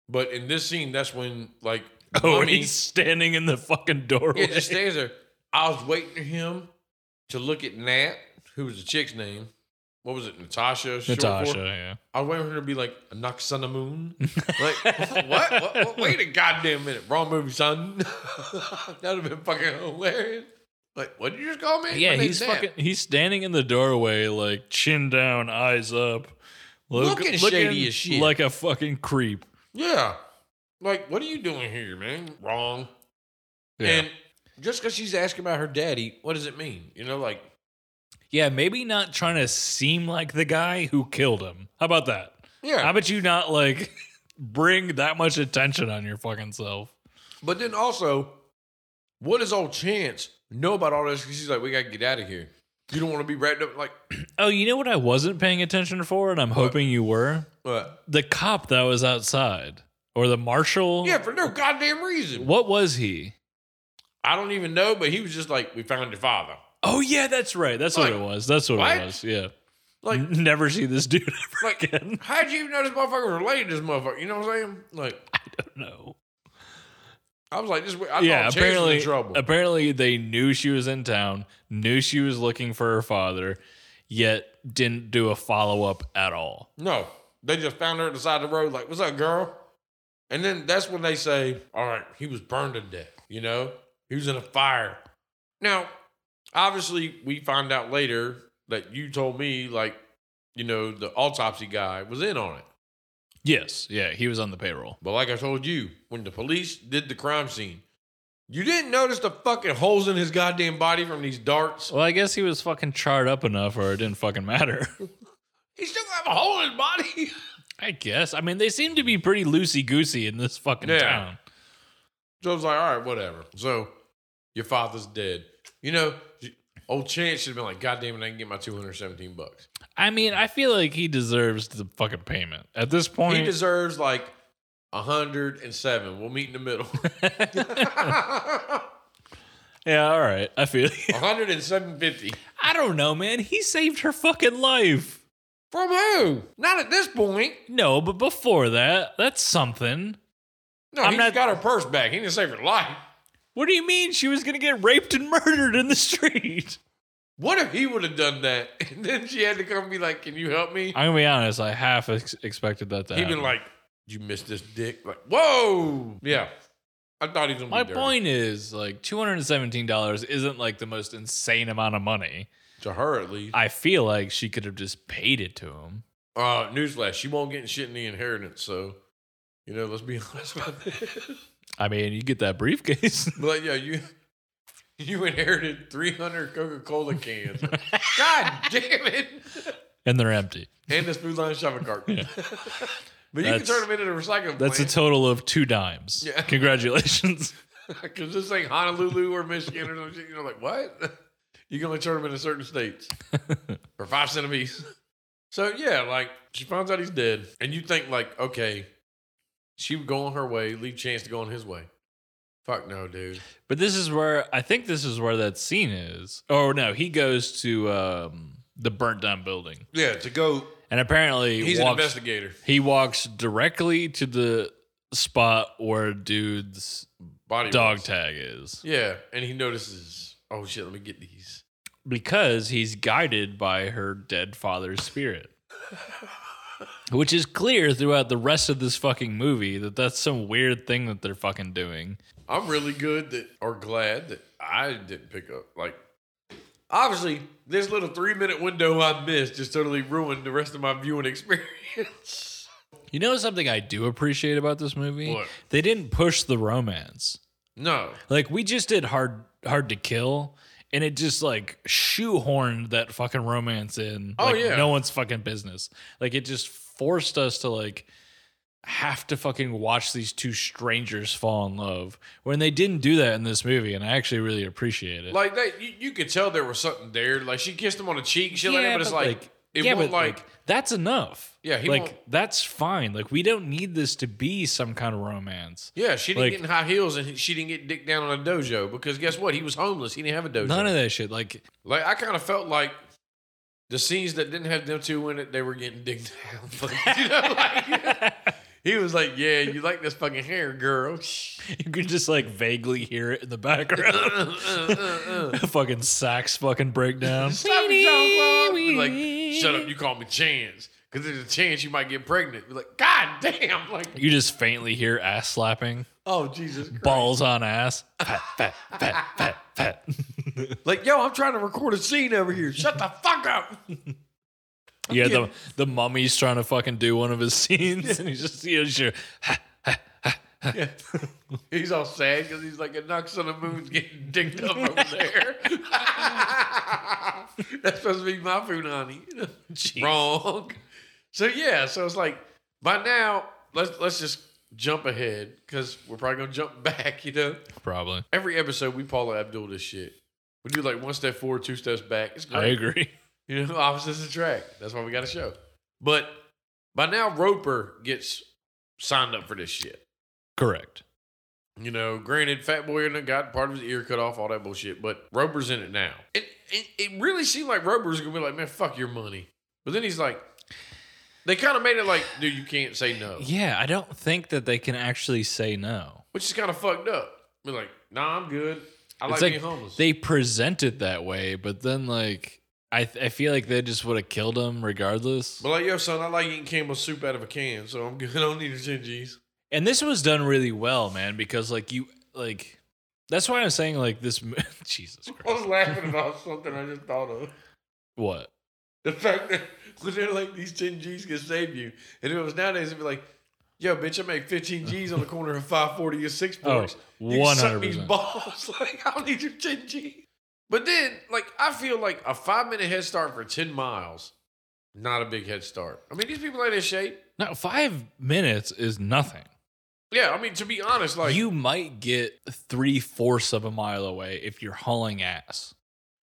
A: but in this scene, that's when like
B: Oh, and
A: Mummy
B: he's standing in the fucking doorway.
A: yeah, just stands there. I was waiting for him to look at Nat, who was the chick's name. What was it, Natasha? short for?
B: Natasha, yeah. I
A: I went her to be like Noxana Moon. Like what? what? What? Wait a goddamn minute! Wrong movie, son. That'd have been fucking hilarious. Like, what did you just call me?
B: Yeah,
A: My name's
B: he's
A: Nat.
B: fucking. He's standing in the doorway, like chin down, eyes up, look-
A: Looking shady as shit.
B: like a fucking creep.
A: Yeah, like what are you doing here, man? Wrong.
B: Yeah.
A: And just because she's asking about her daddy, what does it mean? You know, like
B: yeah, maybe not trying to seem like the guy who killed him. How about that?
A: yeah.
B: How about you not like bring that much attention on your fucking self?
A: But then also, what does old Chance know about all this? 'Cause she's like, we gotta get out of here. You don't want to be wrapped up like
B: Oh, you know what I wasn't paying attention for, and I'm hoping you were
A: what?
B: the cop that was outside or the marshal.
A: Yeah, for no goddamn reason.
B: What was he?
A: I don't even know, but he was just like, we found your father.
B: Oh yeah, that's right. That's what
A: Like,
B: it was. That's what,
A: what?
B: it was. Yeah.
A: Like-
B: N- never see this dude ever
A: Like-
B: again.
A: How'd you even know this motherfucker was related to this motherfucker? You know what I'm saying? Like,
B: No.
A: I was like, this. I
B: yeah,
A: thought Chance was
B: apparently
A: in trouble.
B: apparently they knew she was in town, knew she was looking for her father, yet didn't do a follow-up at all.
A: no, they just found her at the side of the road. Like, what's up, girl? And then that's when they say, all right, he was burned to death. You know, he was in a fire. Now, obviously, we find out later that you told me, like, you know, the autopsy guy was in on it.
B: Yes, yeah, he was on the payroll.
A: But like I told you, when the police did the crime scene, you didn't notice the fucking holes in his goddamn body from these darts.
B: Well, I guess he was fucking charred up enough or it didn't fucking matter.
A: He still got a hole in his body.
B: I guess. I mean, they seem to be pretty loosey goosey in this fucking
A: Yeah.
B: town.
A: So I was like, all right, whatever. So your father's dead. You know, old Chance should have been like, God damn it, I can get my 217 bucks.
B: I mean, I feel like he deserves the fucking payment. At this point,
A: He deserves like 107. We'll meet in the middle.
B: Yeah, all right. I feel you.
A: 107.50.
B: I don't know, man. He saved her fucking life.
A: From who? Not at this point.
B: No, but before that, that's something.
A: No,
B: I'm
A: he
B: not-
A: just got her purse back. He didn't save her life.
B: What do you mean she was going to get raped and murdered in the street?
A: What if he would have done that? And then she had to come be like, Can you help me?
B: I'm going to be honest. I half ex- expected that to
A: He'd
B: happen.
A: been like, You missed this dick. Like, whoa. Yeah. I thought he was gonna
B: My
A: be dirty.
B: point is, like, $217 isn't like the most insane amount of money.
A: to her at least.
B: I feel like she could have just paid it to him.
A: Uh, newsflash: She won't get shit in the inheritance, so You know, let's be honest about this.
B: I mean, you get that briefcase.
A: But like, yeah, you you inherited 300 Coca-Cola cans. God damn it!
B: and they're empty.
A: And this food line shopping cart. But you
B: That's-
A: can turn them into a recycling
B: That's a
A: plant
B: total of two dimes.
A: Yeah.
B: Congratulations.
A: because this ain't Honolulu or Michigan or something. You're like, what? You can only turn them into certain states for five cent a piece. So yeah, like she finds out he's dead, and you think like, okay, she would go on her way, leave Chance to go on his way. Fuck no, dude.
B: But this is where I think this is where that scene is. Oh no, he goes to um, the burnt down building,
A: Yeah, to go.
B: and apparently
A: He's an
B: walks,
A: investigator.
B: he walks directly to the spot where dude's
A: Body
B: dog
A: was.
B: tag is
A: Yeah, and he notices. Oh shit, let me get these.
B: because he's guided by her dead father's spirit. Which is clear throughout the rest of this fucking movie that that's some weird thing that they're fucking doing.
A: I'm really good that or glad that I didn't pick up. Like, obviously, this little three minute window I missed just totally ruined the rest of my viewing experience.
B: You know something I do appreciate about this movie?
A: What?
B: They didn't push the romance.
A: no,
B: Like we just did hard hard to kill and it just like shoehorned that fucking romance in.
A: Oh,
B: like,
A: yeah.
B: No one's fucking business. Like it just forced us to like have to fucking watch these two strangers fall in love when they didn't do that in this movie and I actually really appreciate it.
A: like that, you, you could tell there was something there. Like, she kissed him on the cheek, shit like that, but it's like, it
B: yeah,
A: won't
B: but,
A: like,
B: that's enough.
A: Yeah, he
B: like
A: won't-
B: that's fine. Like we don't need this to be some kind of romance.
A: yeah, she didn't
B: like-
A: get in high heels and he- she didn't get dick down on a dojo because guess what? He was homeless. He didn't have a dojo.
B: None of that shit. Like
A: Like I kind of felt like the scenes that didn't have them two in it, they were getting digged down. Like, you know, like, he was like, "Yeah, you like this fucking hair, girl."
B: you can just like vaguely hear it in the background.
A: Stop
B: fucking sax fucking breakdown.
A: it, Jean Claude. Be Like, shut up! You call me Chance because there's a chance you might get pregnant. Be like, God damn! Like,
B: You just faintly hear ass slapping,
A: oh Jesus! Christ.
B: balls on ass. Pat, pat, pat, pat, pat.
A: Like, yo, I'm trying to record a scene over here. Shut the fuck up!
B: Yeah, the the mummy's trying to fucking do one of his scenes, and he just hears your
A: He's all sad because he's like, a Nux on the moon's getting digged up over there. That's supposed to be my Funani.
B: Jeez.
A: Wrong. So yeah, so it's like by now, let's let's just jump ahead because we're probably gonna jump back, you know.
B: Probably.
A: Every episode we Paula Abdul this shit. We do like one step forward, two steps back. It's
B: I
A: great.
B: agree.
A: You know, opposites attract. That's why we got a show. But by now Roper gets signed up for this shit.
B: Correct.
A: You know, granted, Fat Boy done got part of his ear cut off, all that bullshit, but Roper's in it now. It, it, it really seemed like Roper's gonna be like, man, fuck your money. But then he's like, they kind of made it like, dude, you can't say no,
B: Yeah, I don't think that they can actually say no.
A: which is kind of fucked up. Be like, nah, I'm good. I like,
B: It's
A: being
B: like
A: homeless.
B: They present it that way, but then like I th- I feel like they just would have killed him regardless.
A: but like, yo, son, I like eating Campbell's soup out of a can, so I'm good. I don't need a 10 G's.
B: and this was done really well man because like you like that's why i'm saying like this mo- jesus
A: I
B: christ
A: was laughing about something I just thought of.
B: what
A: The fact that when they're like these 10 G's can save you. And if it was nowadays, it'd be like, yo, bitch, I make 15 G's on the corner of 540 or six
B: oh
A: bucks. You can suck these
B: 100%
A: balls. Like, I don't need your 10 G's. But then, like, I feel like a five minute head start for 10 miles, not a big head start. I mean, these people ain't in shape.
B: no five minutes is nothing
A: Yeah, I mean, to be honest, like,
B: you might get three-fourths of a mile away if you're hauling ass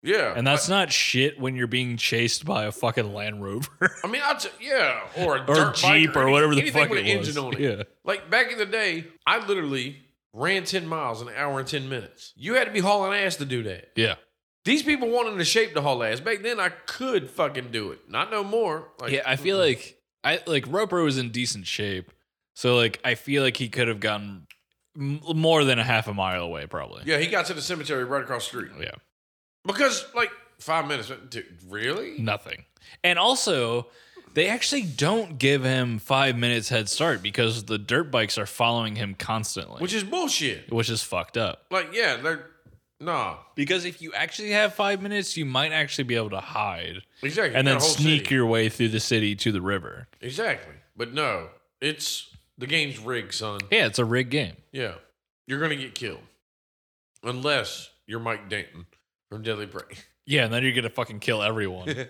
A: yeah.
B: and that's not shit when you're being chased by a fucking land rover
A: I mean, I'll t- yeah, or a
B: or
A: dirt
B: jeep
A: bike
B: or
A: any-
B: whatever the
A: anything
B: fuck
A: with
B: it
A: an
B: was
A: engine on it.
B: yeah
A: Like back in the day, I literally ran 10 miles in an hour and 10 minutes. You had to be hauling ass to do that.
B: yeah
A: These people wanted to shape to haul ass. Back then, I could fucking do it. Not no more. Like, mm-hmm.
B: yeah, I feel like I like Roper was in decent shape, so like I feel like he could have gotten m- more than a half a mile away, probably.
A: Yeah, he got to the cemetery right across the street.
B: Yeah.
A: Because, like, five minutes. uh, Dude, really?
B: nothing. And also, they actually don't give him five minutes head start because the dirt bikes are following him constantly,
A: Which is bullshit.
B: which is fucked up.
A: Like, yeah, they're. Nah.
B: Because if you actually have five minutes, you might actually be able to hide
A: Exactly.
B: and
A: Got a
B: then
A: whole
B: sneak
A: city.
B: your way through the city to the river.
A: Exactly. But no, it's The game's rigged, son.
B: Yeah, it's a rigged game.
A: Yeah. You're going to get killed. Unless you're Mike Danton from Deadly Prey.
B: Yeah, and then you're gonna fucking kill everyone.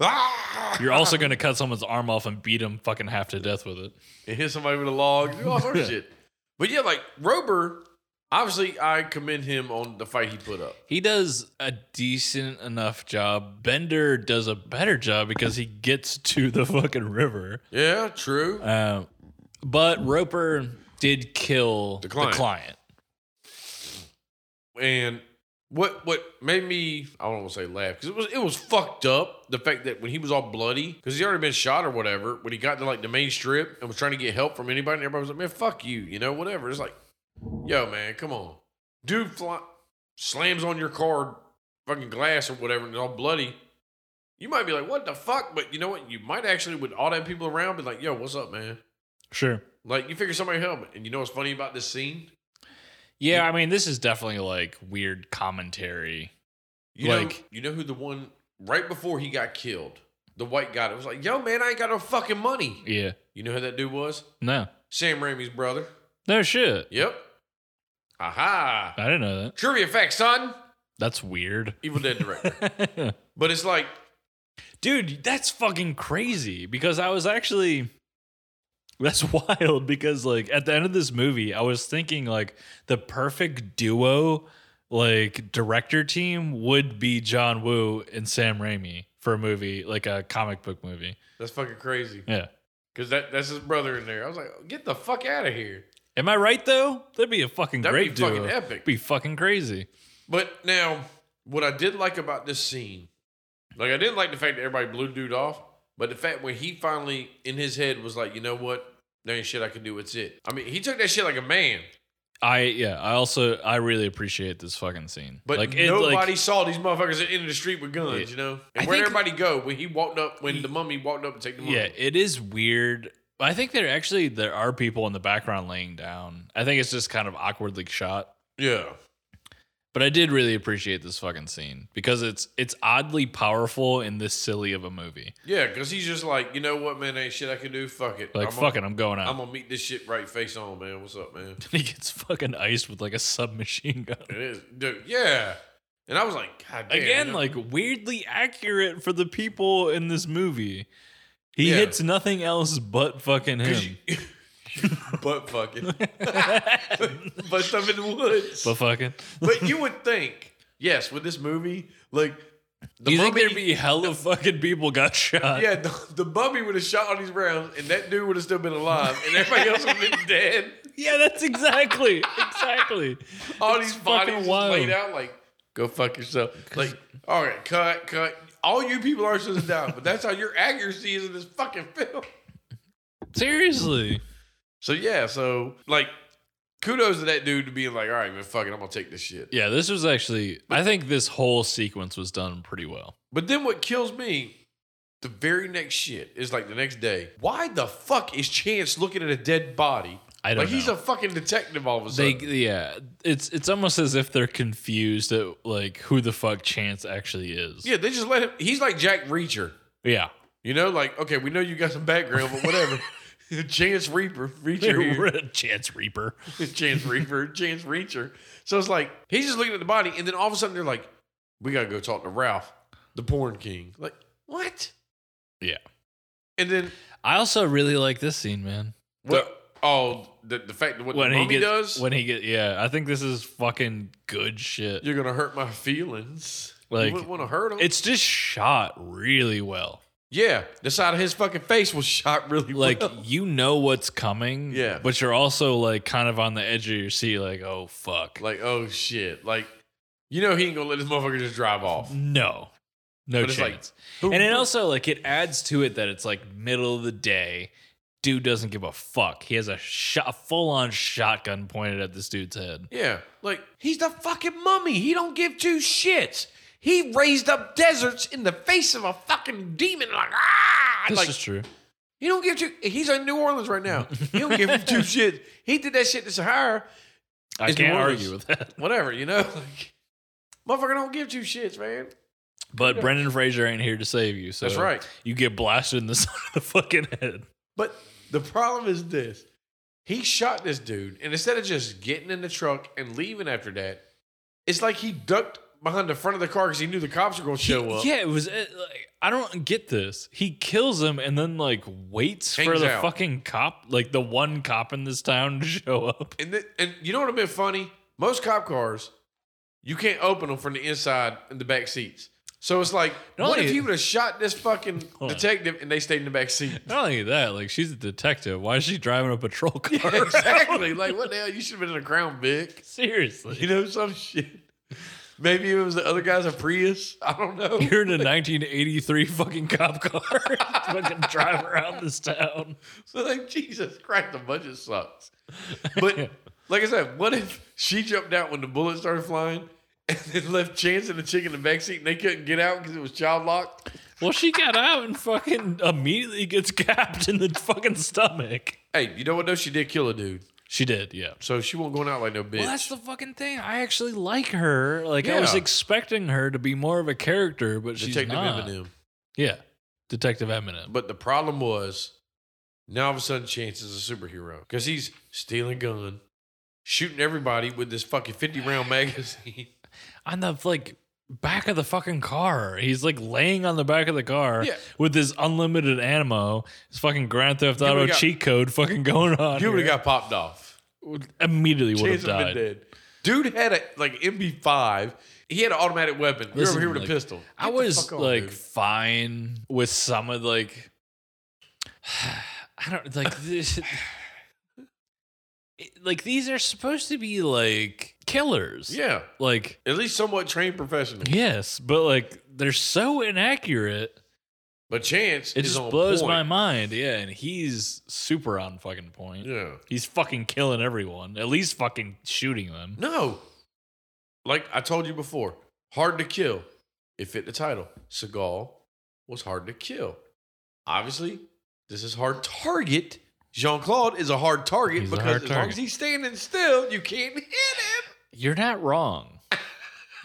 A: Ah!
B: You're also gonna cut someone's arm off and beat them fucking half to death with it.
A: and hit somebody with a log, do all sorts of shit. But yeah, like Rober, obviously I commend him on the fight he put up.
B: He does a decent enough job. Bender does a better job because he gets to the fucking river.
A: Yeah, true.
B: Um, but Roper did kill
A: The client.
B: The client.
A: And what what made me I don't want to say laugh because it was it was fucked up the fact that when he was all bloody because he already been shot or whatever when he got to like the main strip and was trying to get help from anybody and everybody was like man fuck you you know whatever it's like yo man come on dude fly, slams on your car fucking glass or whatever and it's all bloody you might be like what the fuck but you know what you might actually with all that people around be like yo what's up man
B: Sure.
A: like you figure somebody help and you know what's funny about this scene
B: Yeah, I mean, this is definitely like weird commentary.
A: You know,
B: Like-
A: you know who the one right before he got killed, the white guy that was like, "Yo, man, I ain't got no fucking money."
B: Yeah.
A: You know who that dude was?
B: No.
A: Sam Raimi's brother.
B: No shit.
A: Yep. Aha!
B: I didn't know that.
A: Trivia fact, son.
B: That's weird.
A: Evil Dead director. but it's like,
B: Dude, that's fucking crazy because I was actually that's wild because like at the end of this movie, I was thinking like the perfect duo like director team would be John Woo and Sam Raimi for a movie, like a comic book movie.
A: that's fucking crazy.
B: Yeah.
A: Cause that that's his brother in there. I was like, get the fuck out of here.
B: Am I right though? That'd be a fucking
A: That'd
B: great
A: be fucking
B: duo.
A: epic.
B: be fucking crazy.
A: But now, what I did like about this scene, like I didn't like the fact that everybody blew dude off, but the fact when he finally in his head was like, you know what? There ain't shit I can do. It's it. I mean, he took that shit like a man.
B: I yeah, I also I really appreciate this fucking scene.
A: But
B: like it,
A: nobody
B: like,
A: saw these motherfuckers in the street with guns,
B: Yeah.
A: you know.
B: I
A: And where would
B: think-
A: everybody go when he walked up, when the mummy walked up and take the mummy?
B: Yeah, it is weird. I think there actually there are people in the background laying down. I think it's just kind of awkwardly shot.
A: yeah,
B: But I did really appreciate this fucking scene because it's it's oddly powerful in this silly of a movie.
A: yeah. Because he's just like, you know what, man? Ain't shit I can do. Fuck it.
B: Like
A: I'm
B: fuck
A: gonna,
B: it, I'm going out.
A: I'm gonna meet this shit right face on, man. What's up, man?
B: he gets fucking iced with like a submachine gun.
A: It is, dude. Yeah. And I was like, God damn.
B: Again,
A: you know?
B: like weirdly accurate for the people in this movie. He
A: Yeah.
B: hits nothing else but fucking
A: 'Cause
B: him.
A: you- butt fucking. but stuff in the woods.
B: but
A: But,
B: fucking
A: you would think, yes, with this movie, like the
B: you
A: mummy,
B: think there'd be hella fucking people got shot?
A: yeah, the, the mummy would have shot all these rounds, and that dude would have still been alive, and everybody else would have been dead.
B: Yeah, that's exactly, exactly.
A: All
B: It's
A: these
B: fucking
A: bodies just
B: wild.
A: laid out, like go fuck yourself. Like, all right, cut, cut. All you people are supposed to die, but that's how your accuracy is in this fucking film.
B: Seriously,
A: So yeah, so like, kudos to that dude to being like, all right, man, fuck it, I'm gonna take this shit.
B: yeah, this was actually. I think this whole sequence was done pretty well.
A: But then what kills me, the very next shit is like the next day. Why the fuck is Chance looking at a dead body?
B: I don't
A: Like he's
B: know.
A: a fucking detective all of a
B: they,
A: sudden.
B: yeah, it's it's almost as if they're confused at like who the fuck Chance actually is.
A: yeah, they just let him. He's like Jack Reacher.
B: yeah.
A: You know, like okay, we know you got some background, but whatever. Chance Reaper, Reacher, here.
B: Chance Reaper.
A: Chance Reaper, Chance Reacher. So it's like he's just looking at the body, and then all of a sudden they're like, "We gotta go talk to Ralph, the porn king." Like what?
B: Yeah.
A: And then
B: I also really like this scene, man.
A: what? Oh, the, the fact that what the
B: he
A: mummy
B: gets
A: does
B: when he get yeah, I think this is fucking good shit.
A: You're gonna hurt my feelings.
B: Like,
A: you wouldn't want to hurt him.
B: It's just shot really well.
A: yeah, the side of his fucking face was shot really
B: like
A: well.
B: you know what's coming
A: Yeah.
B: but you're also like kind of on the edge of your seat like oh fuck
A: Like oh shit, like you know he ain't gonna let this motherfucker just drive off.
B: no no
A: But it's like,
B: chance and it also like it adds to it that it's like middle of the day dude doesn't give a fuck he has a shot full-on shotgun pointed at this dude's head
A: yeah, like he's the fucking mummy. He don't give two shits. He raised up deserts in the face of a fucking demon. Like ah,
B: this
A: like
B: is true
A: he don't give two. He's in New Orleans right now. He don't give him two shits. He did that shit to Sahara.
B: i
A: it's
B: can't
A: worse.
B: argue with that
A: Whatever, you know. Like, motherfucker don't give two shits, man.
B: but brendan fraser ain't here to save you so
A: That's right.
B: you get blasted in the side of the fucking head
A: But the problem is this: He shot this dude, and instead of just getting in the truck and leaving after that, it's like he ducked behind the front of the car because he knew the cops were going to show up.
B: Yeah, it was. It, like, I don't get this. He kills him and then like waits for
A: Hangs
B: the
A: out.
B: fucking cop, like the one cop in this town, to show up.
A: And th- and you know what would have been funny? Most cop cars, you can't open them from the inside and the back seats. So it's like,
B: Not
A: what
B: only-
A: if he would have shot this fucking
B: Hold on.
A: detective and they stayed in the back seat?
B: Not only that, like she's a detective. Why is she driving a patrol car?
A: Yeah,
B: around?
A: exactly. like, what the hell? You should have been in a Crown Vic.
B: Seriously.
A: You know, some shit. Maybe it was the other guy's a Prius. I don't know.
B: You're in a 1983 fucking cop car, fucking drive around this town.
A: So like, Jesus Christ, the budget sucks. But like I said, what if she jumped out when the bullets started flying and then left Chance and the chick in the back seat and they couldn't get out because it was child locked?
B: Well, she got out and fucking immediately gets capped in the fucking stomach.
A: Hey, you know what though? She did kill a dude.
B: She did, yeah.
A: So she won't going out like no bitch.
B: Well, that's the fucking thing. I actually like her. Like I
A: Yeah.
B: was expecting her to be more of a character, but she's
A: Detective
B: not.
A: Eminem.
B: Yeah, Detective Eminem.
A: But the problem was now all of a sudden Chance is a superhero because he's stealing gun, shooting everybody with this fucking 50 round magazine.
B: on the like back of the fucking car, he's like laying on the back of the car
A: Yeah.
B: with his unlimited ammo. His fucking Grand Theft
A: You would've
B: Auto
A: got-
B: cheat code fucking going on.
A: You would have
B: here.
A: got popped off.
B: immediately would
A: Chance
B: have
A: would have
B: died.
A: been dead. Dude had a like MB5. He had an automatic weapon. You're
B: Listen,
A: over here with
B: like,
A: a pistol.
B: I
A: Get the
B: was
A: fuck on,
B: like
A: dude.
B: fine with some of like I don't like this It- like these are supposed to be like killers.
A: yeah,
B: Like
A: at least somewhat trained professional.
B: yes, but like they're so inaccurate.
A: But Chance
B: It
A: is
B: just
A: on
B: blows
A: point.
B: my mind. Yeah, and he's super on fucking point.
A: Yeah.
B: He's fucking killing everyone. At least fucking shooting them.
A: No. Like I told you before, hard to kill. It fit the title. Seagal was hard to kill. Obviously, this is hard target. Jean Claude is a hard target
B: He's a
A: because
B: hard
A: as long
B: target.
A: as he's standing still, you can't hit him.
B: You're not wrong.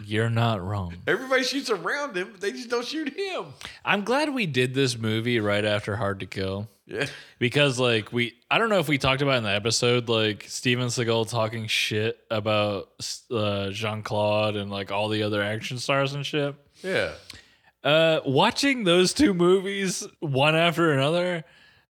B: You're not wrong.
A: Everybody shoots around him, but they just don't shoot him.
B: I'm glad we did this movie right after Hard to Kill
A: Yeah.
B: because, like, we I don't know if we talked about it in the episode, like Steven Seagal talking shit about uh, Jean Claude and like all the other action stars and shit.
A: Yeah.
B: Uh, watching those two movies one after another,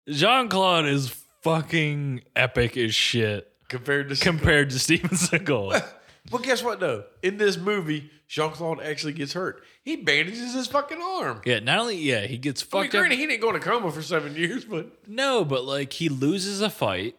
B: Jean Claude is fucking epic as shit
A: Compared to
B: compared to Steven Seagal.
A: But guess what though? In this movie, Jean Claude actually gets hurt. He bandages his fucking arm.
B: yeah, not only yeah he gets
A: I mean,
B: fucked up.
A: granted, he didn't go in a coma for seven years, but
B: No, but like he loses a fight.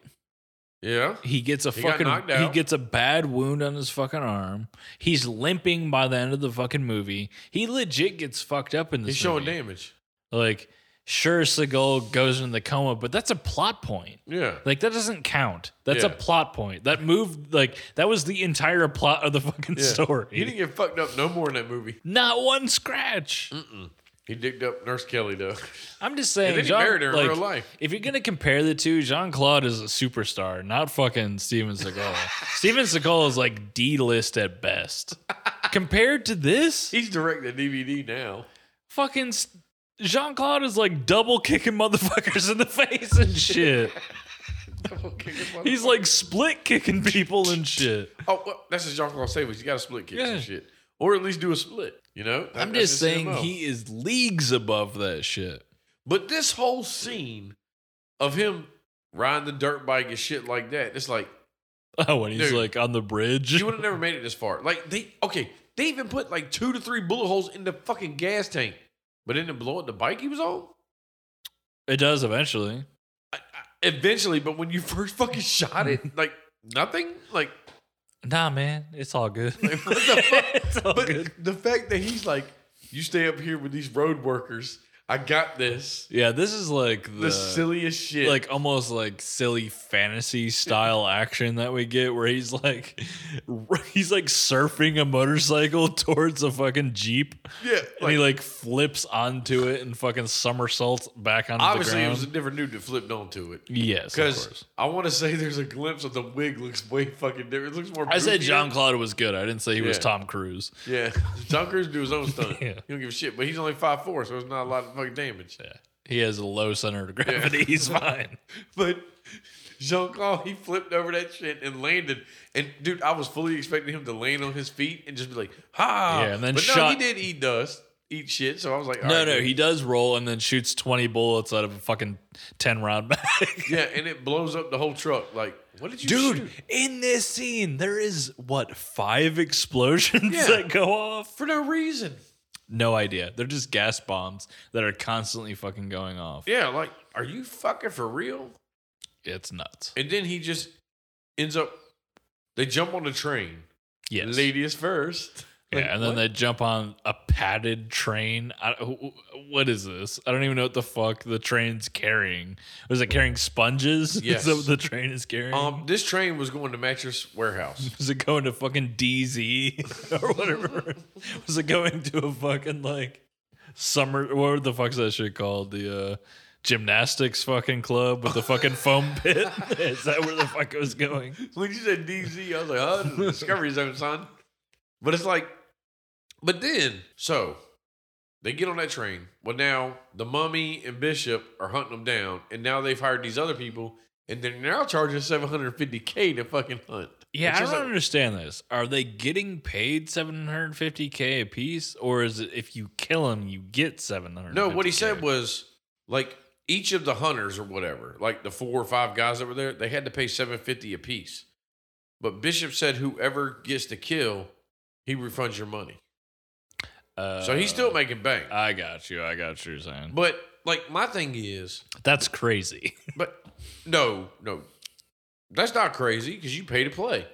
A: yeah,
B: He gets a
A: He got
B: fucking
A: knocked
B: he
A: out.
B: gets a bad wound on his fucking arm. He's limping by the end of the fucking movie. He legit gets fucked up in this.
A: he's showing
B: movie.
A: damage.
B: Like sure Seagal goes into the coma, but that's a plot point.
A: Yeah.
B: Like that doesn't count. That's a
A: Yeah.
B: plot point. That moved like that was the entire plot of the fucking
A: Yeah.
B: story.
A: He didn't get fucked up no more in that movie.
B: Not one scratch.
A: He digged up Nurse Kelly though.
B: I'm just saying.
A: And then he
B: Jean-
A: married her in
B: like,
A: real life.
B: If you're gonna compare the two, Jean Claude is a superstar, not fucking Steven Seagal. Steven Seagal is like D list at best. Compared to this,
A: He's directing the DVD now.
B: fucking Jean Claude is like double kicking motherfuckers in the face and shit. He's like split kicking people and shit.
A: oh, well, that's his Jean Claude Savage. You got to split kicks
B: Yeah.
A: and shit, or at least do a split. You know, That-
B: I'm
A: that's his
B: just saying
A: MO.
B: he is leagues above that shit.
A: But this whole scene of him riding the dirt bike and shit like that, it's like
B: Oh, when he's
A: Dude.
B: like on the bridge.
A: you would have never made it this far. Like they okay, they even put like two to three bullet holes in the fucking gas tank, but didn't it blow up the bike he was on?
B: It does eventually.
A: Eventually, but when you first fucking shot it, like nothing, like
B: Nah, man, it's all good.
A: what the fuck?
B: it's all
A: but
B: good.
A: the fact that he's like, you stay up here with these road workers. I got this.
B: Yeah, this is like the,
A: The, silliest shit.
B: like almost like silly fantasy style action that we get where he's like he's like surfing a motorcycle towards a fucking jeep
A: yeah,
B: and he
A: like,
B: like flips onto it and fucking somersaults back onto
A: obviously it
B: the ground.
A: was a different dude that flipped onto it.
B: yes, of course.
A: Because I want to say there's a glimpse of the wig looks way fucking different. It looks more.
B: I said
A: boofier.
B: John Claude was good. I didn't say he was
A: Yeah.
B: Tom Cruise.
A: Yeah, John Cruise do his own stunt.
B: Yeah.
A: He don't give a shit, but he's only five four, so it's not a lot of fucking damage.
B: He has a low center of gravity. He's fine.
A: But Jean Claude, he flipped over that shit and landed. And dude, I was fully expecting him to land on his feet and just be like, ha.
B: Yeah, and then
A: but no, he
B: shot-
A: did eat dust, eat shit. So I was like, all
B: No,
A: right,
B: no,
A: dude.
B: he does roll and then shoots 20 bullets out of a fucking 10 round bag.
A: Yeah, and it blows up the whole truck. Like, what did you
B: Dude,
A: shoot?
B: in this scene, there is what, five explosions
A: Yeah.
B: that go off?
A: For no reason.
B: No idea. They're just gas bombs that are constantly fucking going off.
A: Yeah, like, are you fucking for real?
B: It's nuts.
A: And then he just ends up. They jump on the train.
B: Yes.
A: Ladies first.
B: yeah,
A: Like,
B: and then
A: what?
B: they jump on a padded train. I, wh- what is this? I don't even know what the fuck the train's carrying. Was it carrying sponges?
A: Yes.
B: Is that what the train is carrying?
A: Um, this train was going to Mattress Warehouse.
B: Was it going to fucking DZ or whatever? Was it going to a fucking like summer? What the fuck's that shit called? The uh, gymnastics fucking club with the fucking foam pit? Is that where the fuck it was going?
A: when you said DZ, I was like, huh, this is Discovery Zone, son. But it's like, but then, so they get on that train. Well, now the mummy and Bishop are hunting them down, and now they've hired these other people, and they're now charging 750K to fucking hunt.
B: Yeah,
A: It's
B: I
A: just
B: don't
A: like-
B: understand this. Are they getting paid 750k a piece, or is it if you kill him, you get 700?
A: No, what he said was like each of the hunters or whatever, like the four or five guys that were there, they had to pay seven fifty a piece. But Bishop said whoever gets the kill, he refunds your money.
B: uh,
A: So he's still making bank.
B: I got you. I got what you're saying.
A: But like my thing is,
B: That's crazy.
A: but no, no, that's not crazy because you pay to play.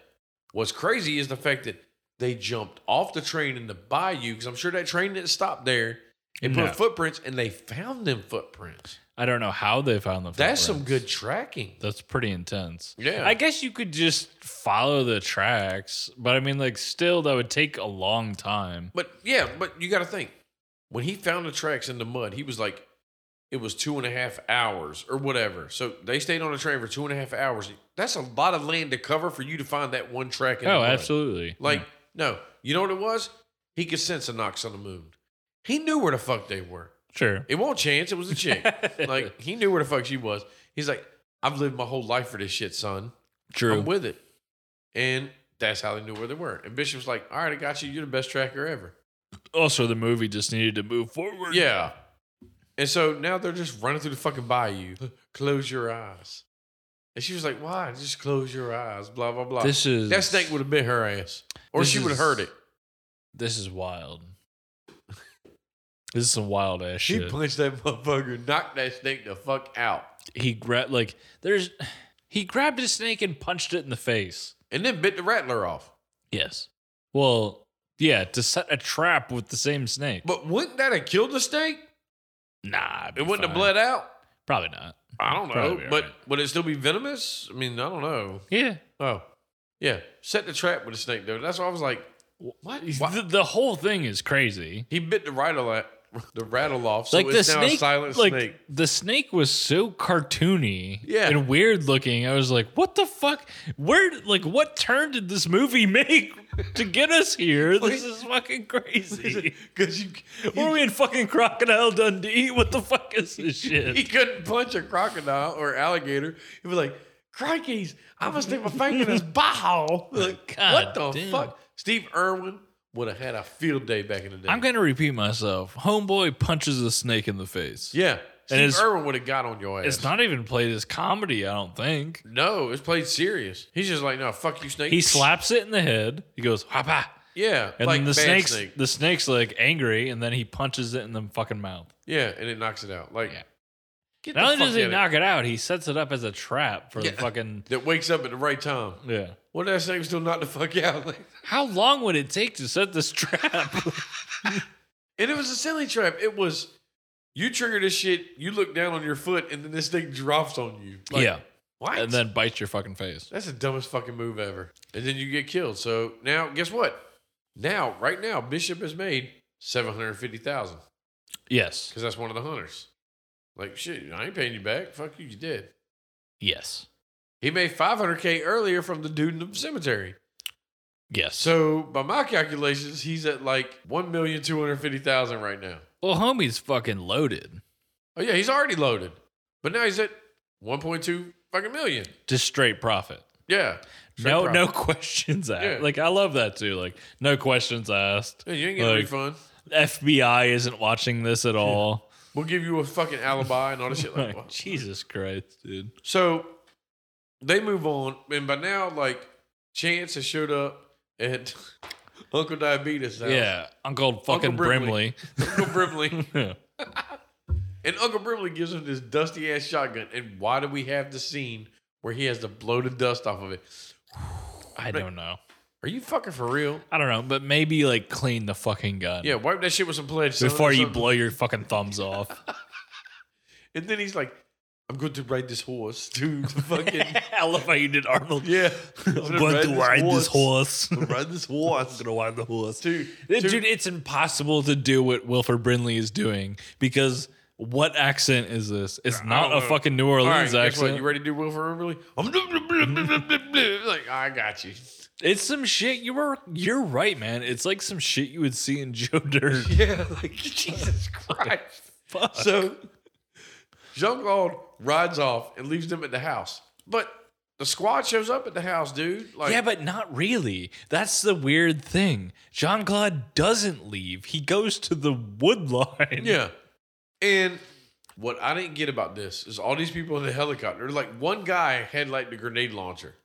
A: What's crazy is the fact that they jumped off the train in the bayou because I'm sure that train didn't stop there. It
B: No.
A: put footprints and they found them footprints.
B: I don't know how they found the.
A: That's
B: footprints.
A: some good tracking.
B: That's pretty intense.
A: Yeah.
B: I guess you could just follow the tracks, but I mean, like, still, that would take a long time.
A: But yeah, but you got to think when he found the tracks in the mud, he was like, it was two and a half hours or whatever. So they stayed on the train for two and a half hours. That's a lot of land to cover for you to find that one track. In the
B: Oh,
A: mud.
B: absolutely.
A: Like, no, you know what it was? He could sense a knocks on the moon. He knew where the fuck they were.
B: sure.
A: It won't chance. It was a chick. like he knew where the fuck she was. He's like, I've lived my whole life for this shit, son.
B: True.
A: I'm with it. And that's how they knew where they were. And Bishop's like, all right, I got you. You're the best tracker ever.
B: also, the movie just needed to move forward.
A: Yeah. And so now they're just running through the fucking bayou. Close your eyes. And she was like, why? Just close your eyes. Blah, blah, blah.
B: This is
A: that snake would have bit her ass. Or
B: This
A: she would have
B: is
A: heard it.
B: This is wild. This is some wild ass
A: She
B: shit.
A: punched that motherfucker and knocked that snake the fuck out.
B: he grabbed like there's he grabbed a snake and punched it in the face.
A: And then bit the rattler off.
B: Yes. Well, yeah, to set a trap with the same snake.
A: But wouldn't that have killed the snake?
B: nah,
A: It wouldn't have
B: bled.
A: bled out?
B: Probably not.
A: I don't know.
B: Probably be
A: But
B: alright.
A: would it still be venomous? I mean, I don't know.
B: Yeah.
A: Oh, yeah. Set the trap with a snake, though. That's why I was like, what? Why-
B: The, the whole thing is crazy.
A: He bit the rattle at the rattle off, so
B: like the
A: it's now
B: snake,
A: a silent
B: like
A: snake.
B: the snake was so cartoony
A: Yeah.
B: and weird looking. I was like, "What the fuck? Where? Like, what turn did this movie make to get us here? This is fucking crazy."
A: Because you,
B: Were we in fucking Crocodile Dundee? What the fuck is this
A: he
B: shit?
A: couldn't punch a crocodile or alligator. He was like, "Crikey's, I must stick my finger in his butthole." Like,
B: God
A: what the
B: damn.
A: fuck? Steve Irwin would have had a field day back in the day.
B: I'm gonna repeat myself. Homeboy punches a snake in the face.
A: yeah, Steve
B: it's-
A: Irwin would have got on your ass.
B: It's not even played as comedy, I don't think.
A: No, it's played serious. He's just like, "No, fuck you, snake."
B: He slaps it in the head. He goes, hapa.
A: Yeah,
B: And
A: like
B: then the
A: bad
B: snake's
A: snake.
B: the snake's like angry, and then he punches it in the fucking mouth.
A: Yeah, and it knocks it out. Like,
B: Yeah.
A: get
B: Not
A: the
B: only
A: fuck
B: does he
A: out of-
B: knock it out, he sets it up as a trap for
A: Yeah.
B: the fucking
A: that wakes up at the right time.
B: yeah.
A: What did that snake still knock the fuck out? Like,
B: How long would it take to set this trap?
A: And it was a silly trap. It was you trigger this shit, you look down on your foot, and then this thing drops on you. Like, What?
B: and then bites your fucking face.
A: That's the dumbest fucking move ever. And then you get killed. So now, guess what? Now, right now, Bishop has made seven hundred fifty thousand
B: Yes,
A: because that's one of the hunters. Like shit, I ain't paying you back. Fuck you, you did.
B: yes,
A: He made five hundred k earlier from the dude in the cemetery.
B: yes.
A: So by my calculations, he's at like one million two hundred fifty thousand right now.
B: well, homie's fucking loaded.
A: Oh yeah, he's already loaded, but now he's at one point two fucking million.
B: Just straight profit.
A: Yeah. Straight
B: no,
A: profit.
B: no questions asked.
A: Yeah.
B: Like I love that too. Like no questions asked.
A: Yeah, you ain't getting a
B: Like-
A: refund.
B: FBI isn't watching this at all.
A: We'll give you a fucking alibi and all this shit. Like,
B: Like,
A: what?
B: Jesus Christ, dude.
A: So they move on, and by now, like Chance has showed up at Uncle Diabetes' house.
B: Yeah, Uncle fucking
A: Brimley.
B: Brimley.
A: Uncle Brimley,
B: Yeah.
A: and Uncle Brimley gives him this dusty ass shotgun. And why do we have the scene where he has to blow the dust off of it?
B: I don't know.
A: Are you fucking for real?
B: I don't know, but maybe like clean the fucking gun.
A: Yeah, wipe that shit with some pledge son, or
B: Before you
A: something.
B: blow your fucking thumbs off.
A: And then he's like, "I'm going to ride this horse to the fucking
B: I love how you did Arnold.
A: yeah." I'm
B: I'm
A: gonna
B: going to ride this horse. I'm
A: Ride this horse
B: going to ride the horse.
A: to,
B: Dude,
A: to-
B: it's impossible to do what Wilford Brinley is doing because what accent is this? It's not
A: don't
B: a
A: know.
B: fucking New Orleans
A: All right, guess what?
B: accent.
A: You ready to do Will Ferrell? I'm like, I got you.
B: It's some shit. You were you're right, man. It's like some shit you would see in Joe Dirt.
A: Yeah, like Jesus Christ.
B: Fuck.
A: So Jean Claude rides off and leaves them at the house, but the squad shows up at the house, dude. Like,
B: yeah, but not really. That's the weird thing. Jean Claude doesn't leave. He goes to the wood line.
A: yeah. And what I didn't get about this is all these people in the helicopter. Like one guy had like the grenade launcher.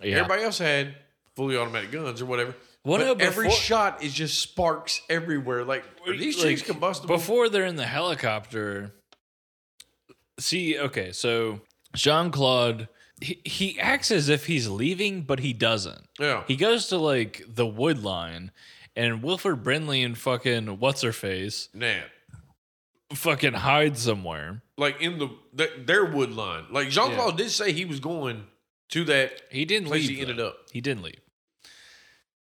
B: Yeah.
A: Everybody else had fully automatic guns or whatever.
B: What
A: but
B: about
A: every
B: before-
A: shot is just sparks everywhere. Like are these things
B: Like,
A: combustible.
B: Before they're in the helicopter, see, okay, so Jean Claude, he, he acts as if he's leaving, but he doesn't.
A: yeah.
B: He goes to like the wood line, and Wilford Brinley and fucking what's her face
A: Nah.
B: fucking hide somewhere.
A: Like in the th- their wood line. Like Jean Claude did say he was going to that.
B: He didn't
A: Place
B: leave.
A: he
B: though.
A: ended up.
B: He didn't leave.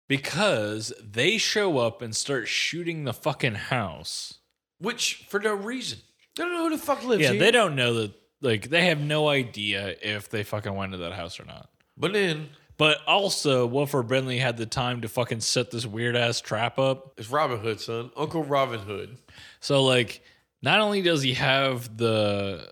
B: Because they show up and start shooting the fucking house.
A: Which for no reason. They don't know who the fuck lives
B: Yeah,
A: here.
B: they don't know that. Like, they have no idea if they fucking went to that house or not.
A: But then
B: But also, Wilford Brinley had the time to fucking set this weird ass trap up.
A: it's Robin Hood, son. Uncle Robin Hood.
B: So, like, not only does he have the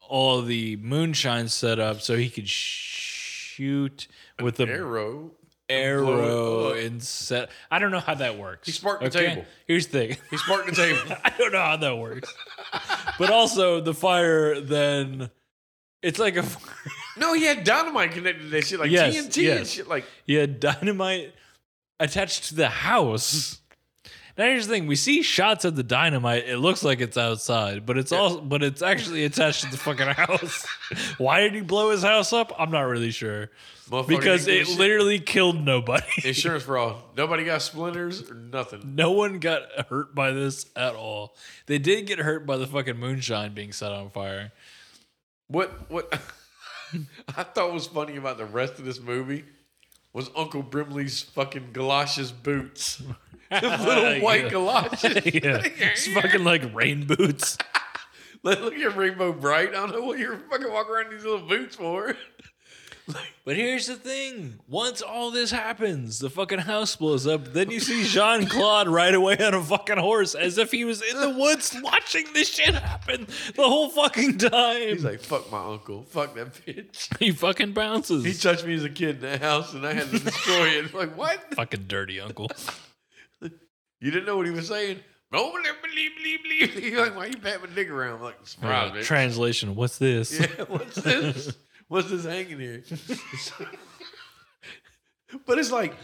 B: all the moonshine set up so he could shoot with the
A: Arrow. blow
B: arrow
A: it up.
B: and set. I don't know how that works.
A: He sparked the table.
B: Here's the thing.
A: He sparked the table.
B: I don't know how that works. but also, the fire then. It's like a.
A: no, he had dynamite connected to that shit, like
B: Yes,
A: TNT and
B: yes.
A: shit. Like
B: Yeah, dynamite attached to the house. Now here's the thing: we see shots of the dynamite. It looks like it's outside, but it's also but it's actually attached to the fucking house. Why did he blow his house up? I'm not really sure
A: motherfucker
B: because
A: didn't
B: it
A: give a shit.
B: literally killed nobody.
A: insurance fraud. Nobody got splinters or nothing.
B: No one got hurt by this at all. They did get hurt by the fucking moonshine being set on fire.
A: What what I thought was funny about the rest of this movie was Uncle Brimley's fucking galoshes boots. The little white
B: Yeah.
A: galoshes.
B: yeah, it's fucking like rain boots.
A: Like, Look at Rainbow Bright. I don't know what you're fucking walking around in these little boots for.
B: But here's the thing: once all this happens, the fucking house blows up. Then you see Jean Claude right away on a fucking horse, as if he was in the woods watching this shit happen the whole fucking time.
A: He's like, fuck my uncle. Fuck that bitch.
B: he fucking bounces.
A: He touched me as a kid in the house and I had to destroy it. Like, what?
B: fucking dirty uncle.
A: You didn't know what he was saying? No, believe, believe, believe. You're like, why you pat my dick around? I'm like, surprise, bitch.
B: Translation: What's this?
A: Yeah, what's this? what's this hanging here? but it's like,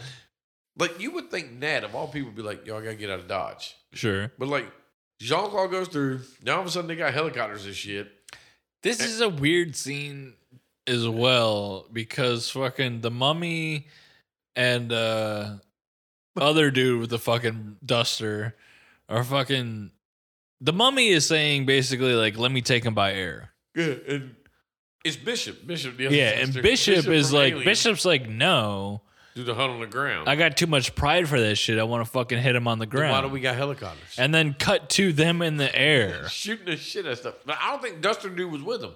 A: like you would think Nat of all people would be like, y'all gotta get out of Dodge.
B: Sure.
A: But like Jean Claude goes through. Now all of a sudden they got helicopters and shit.
B: This is a weird scene as well because fucking the mummy and uh other dude with the fucking duster are fucking the mummy is saying basically like let me take him by air.
A: Yeah, and it's Bishop. Bishop. The other
B: Yeah, and
A: sister.
B: Bishop, is
A: from
B: like
A: Alien.
B: Bishop's like no,
A: Do the hunt on the ground.
B: I got too much pride for this shit. I want to fucking hit him on the
A: Then
B: ground.
A: Why do we got helicopters?
B: and then cut to them in the air.
A: Shooting the shit at stuff. But I don't think Duster dude was with him.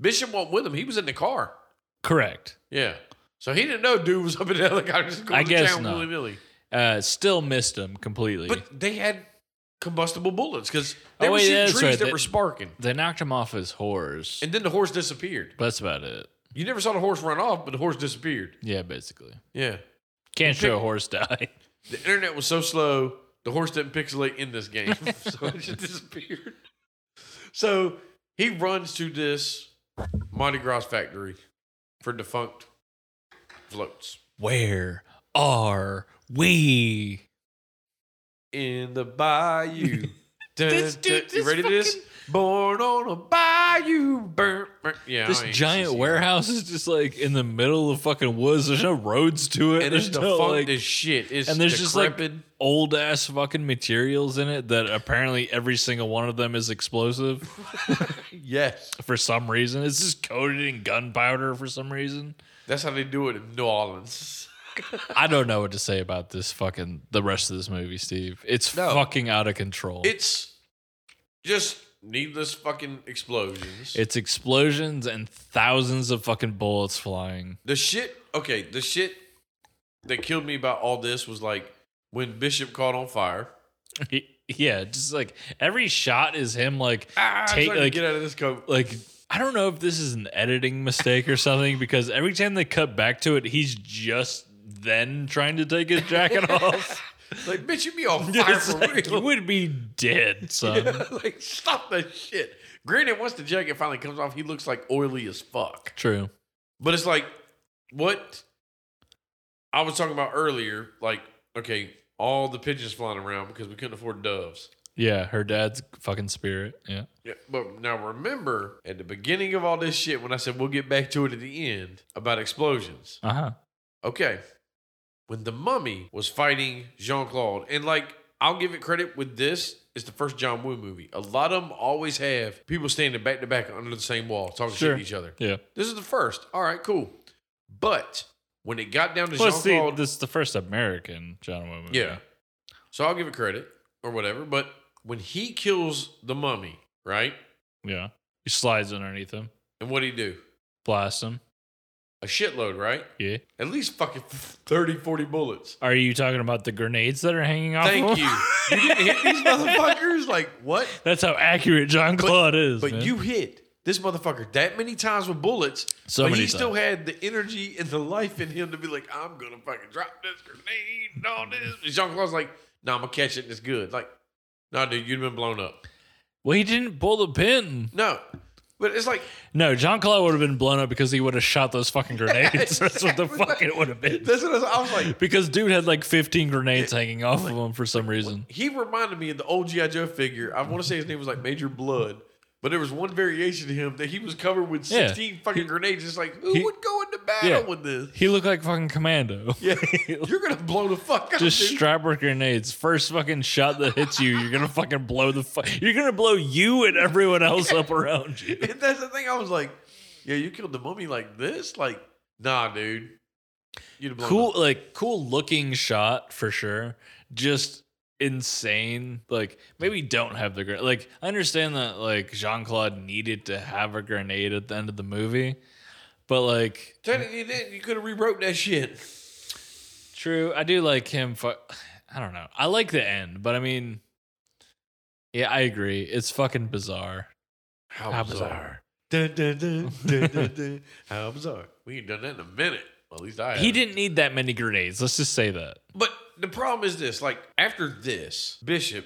A: Bishop wasn't with him. He was in the car.
B: Correct.
A: Yeah. So he didn't know dude was up in the helicopter. Just going
B: I
A: to
B: guess
A: town
B: not.
A: willy nilly.
B: Uh still missed him completely.
A: But they had combustible bullets because they
B: Oh,
A: were
B: wait,
A: shooting
B: that's
A: trees
B: right.
A: that
B: They-
A: were sparking.
B: They knocked him off his horse.
A: And then the horse disappeared.
B: But that's about it.
A: You never saw the horse run off, but the horse disappeared.
B: Yeah, basically.
A: Yeah.
B: Can't
A: pick-
B: show a horse die.
A: The internet was so slow, the horse didn't pixelate in this game. so it just disappeared. So he runs to this Mardi Gras factory for defunct floats
B: Where are we?
A: in the bayou. Dun,
B: This
A: dun.
B: dude
A: you
B: just
A: ready to this? Born on a bayou. Burn, burn. Oh, Yeah, I
B: This
A: ain't
B: giant
A: sissy.
B: warehouse is just like in the middle of fucking woods. There's no roads to it.
A: And
B: there's
A: it's defunct
B: no like
A: as shit. It's
B: and there's just, like,
A: decrepit.
B: old ass fucking materials in it that apparently every single one of them is explosive
A: yes.
B: for some reason. It's just coated in gunpowder for some reason.
A: That's how they do it in New Orleans.
B: I don't know what to say about this fucking the rest of this movie, Steve. It's
A: No.
B: fucking out of control.
A: It's just needless fucking explosions.
B: it's explosions and thousands of fucking bullets flying.
A: the shit, okay, the shit that killed me about all this was like when Bishop caught on fire.
B: yeah, just like every shot is him like
A: Ah, I'm
B: Take,
A: trying
B: like-
A: to get out of this coat.
B: like I don't know if this is an editing mistake or something because every time they cut back to it, he's just then trying to take his jacket off.
A: Like, bitch, you be on fire
B: It's
A: for
B: like, you
A: real.
B: would be dead, son.
A: like, stop that shit. Granted, once the jacket finally comes off, he looks like oily as fuck.
B: True.
A: But it's like what I was talking about earlier. Like, okay, all the pigeons flying around because we couldn't afford doves.
B: Yeah, her dad's fucking spirit. Yeah.
A: Yeah, but now remember at the beginning of all this shit when I said we'll get back to it at the end about explosions.
B: Uh huh.
A: Okay. When the mummy was fighting Jean Claude, and like I'll give it credit with this, it's the first John Woo movie. A lot of them always have people standing back to back under the same wall talking
B: Sure.
A: shit to each other.
B: Yeah.
A: This is the first. All right, cool. But when it got down to Jean
B: Well, see,
A: Claude,
B: this is the first American John Woo movie.
A: yeah. So I'll give it credit or whatever. But when he kills the mummy, right?
B: Yeah. He slides underneath him,
A: And what do he do?
B: blasts him.
A: A shitload, right?
B: Yeah.
A: At least fucking 30, 40 bullets.
B: Are you talking about the grenades that are hanging off? of
A: Thank
B: him?
A: you. You didn't hit these motherfuckers? Like, what?
B: That's how accurate John Claude is.
A: But
B: man.
A: you hit this motherfucker that many times with bullets.
B: So
A: but
B: many
A: he still
B: times.
A: had the energy and the life in him to be like, I'm gonna fucking drop this grenade and all this. And Jean Claude's like, nah, I'm gonna catch it and it's good. Like, nah, dude, you'd been blown up.
B: well, he didn't pull the pin.
A: No. But it's like
B: No, John Claude would have been blown up because he would have shot those fucking grenades. That's what the fuck it would have been.
A: that's what I was, I was like.
B: Because dude had like 15 grenades hanging off of him for some reason.
A: He reminded me of the old G.I. Joe figure. I want to say his name was like Major Blood, but there was one variation to him that he was covered with
B: Yeah.
A: 16 fucking grenades. It's like, who
B: he-
A: would go into battle
B: yeah.
A: with this?
B: He looked like fucking commando.
A: Yeah, you're going to blow the fuck up.
B: Just
A: dude.
B: strap with grenades. First fucking shot that hits you, you're gonna fucking blow the fu- You're gonna blow you and everyone else up around you.
A: and that's the thing. I was like, yeah, you killed the mummy like this? Like, nah, dude. You'd have blown
B: Cool,
A: up.
B: like cool looking shot for sure. Just insane. Like maybe don't have the grenade. Like I understand that like Jean Claude needed to have a grenade at the end of the movie, but like
A: Technically, you didn't. You could have rewrote that shit.
B: True. I do like him. Fu- I don't know. I like the end, but I mean, yeah, I agree. It's fucking bizarre. How bizarre.
A: Dun, dun, dun, dun, dun, dun. How bizarre. We ain't done that in a minute. Well, at least I
B: He
A: haven't.
B: didn't need that many grenades. Let's just say that.
A: But the problem is this: like after this, Bishop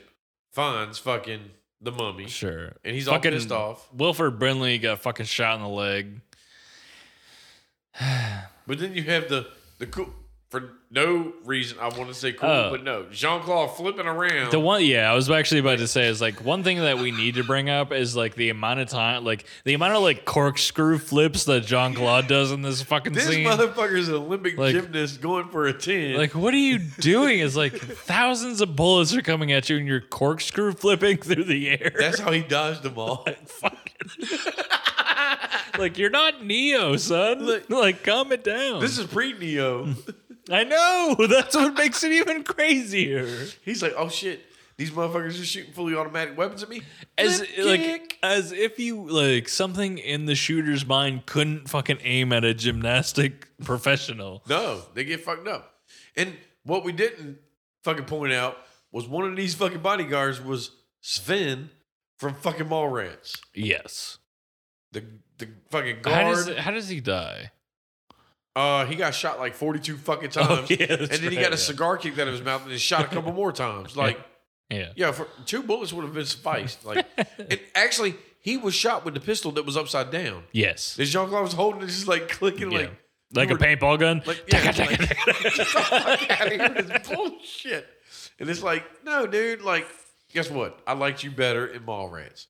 A: finds fucking the mummy,
B: Sure.
A: and he's
B: fucking
A: all pissed off.
B: Wilford Brinley got fucking shot in the leg.
A: But then you have the the cool for no reason. I want to say cool,
B: Oh.
A: but no. Jean Claude flipping around.
B: The one, yeah, I was actually about to say is like one thing that we need to bring up is like the amount of time, like the amount of like corkscrew flips that Jean Claude does in this fucking
A: this
B: scene.
A: motherfucker's an Olympic
B: Like-
A: gymnast going for a ten.
B: Like, what are you doing? It's like thousands of bullets are coming at you and you're corkscrew flipping through the air.
A: that's how he dodged them all.
B: Fucking. like, you're not Neo, son. like, calm it down.
A: this is pre Neo.
B: I know. That's what makes it even crazier.
A: He's like, oh shit, these motherfuckers are shooting fully automatic weapons at me.
B: As
A: Flip
B: like
A: kick.
B: as if you like something in the shooter's mind couldn't fucking aim at a gymnastic professional.
A: No, they get fucked up. And what we didn't fucking point out was one of these fucking bodyguards was Sven from fucking Mallrats.
B: Yes.
A: The the fucking
B: How does,
A: guard.
B: how does he die?
A: Uh, he got shot like forty two fucking times,
B: Oh, yeah,
A: and then he got a cigar kicked out of his mouth and then shot a couple more times. Like,
B: Yeah.
A: yeah, for, two bullets would have been sufficed. Like, it actually he was shot with the pistol that was upside down.
B: Yes.
A: This Jean Claude was holding it, just like clicking,
B: Yeah.
A: like
B: Like
A: you
B: a
A: were-
B: paintball gun.
A: Like, yeah,
B: Taka, taka,
A: like-
B: taka.
A: fuck out of here with this bullshit. And it's like, no, dude, like, guess what? I liked you better in Mallrats.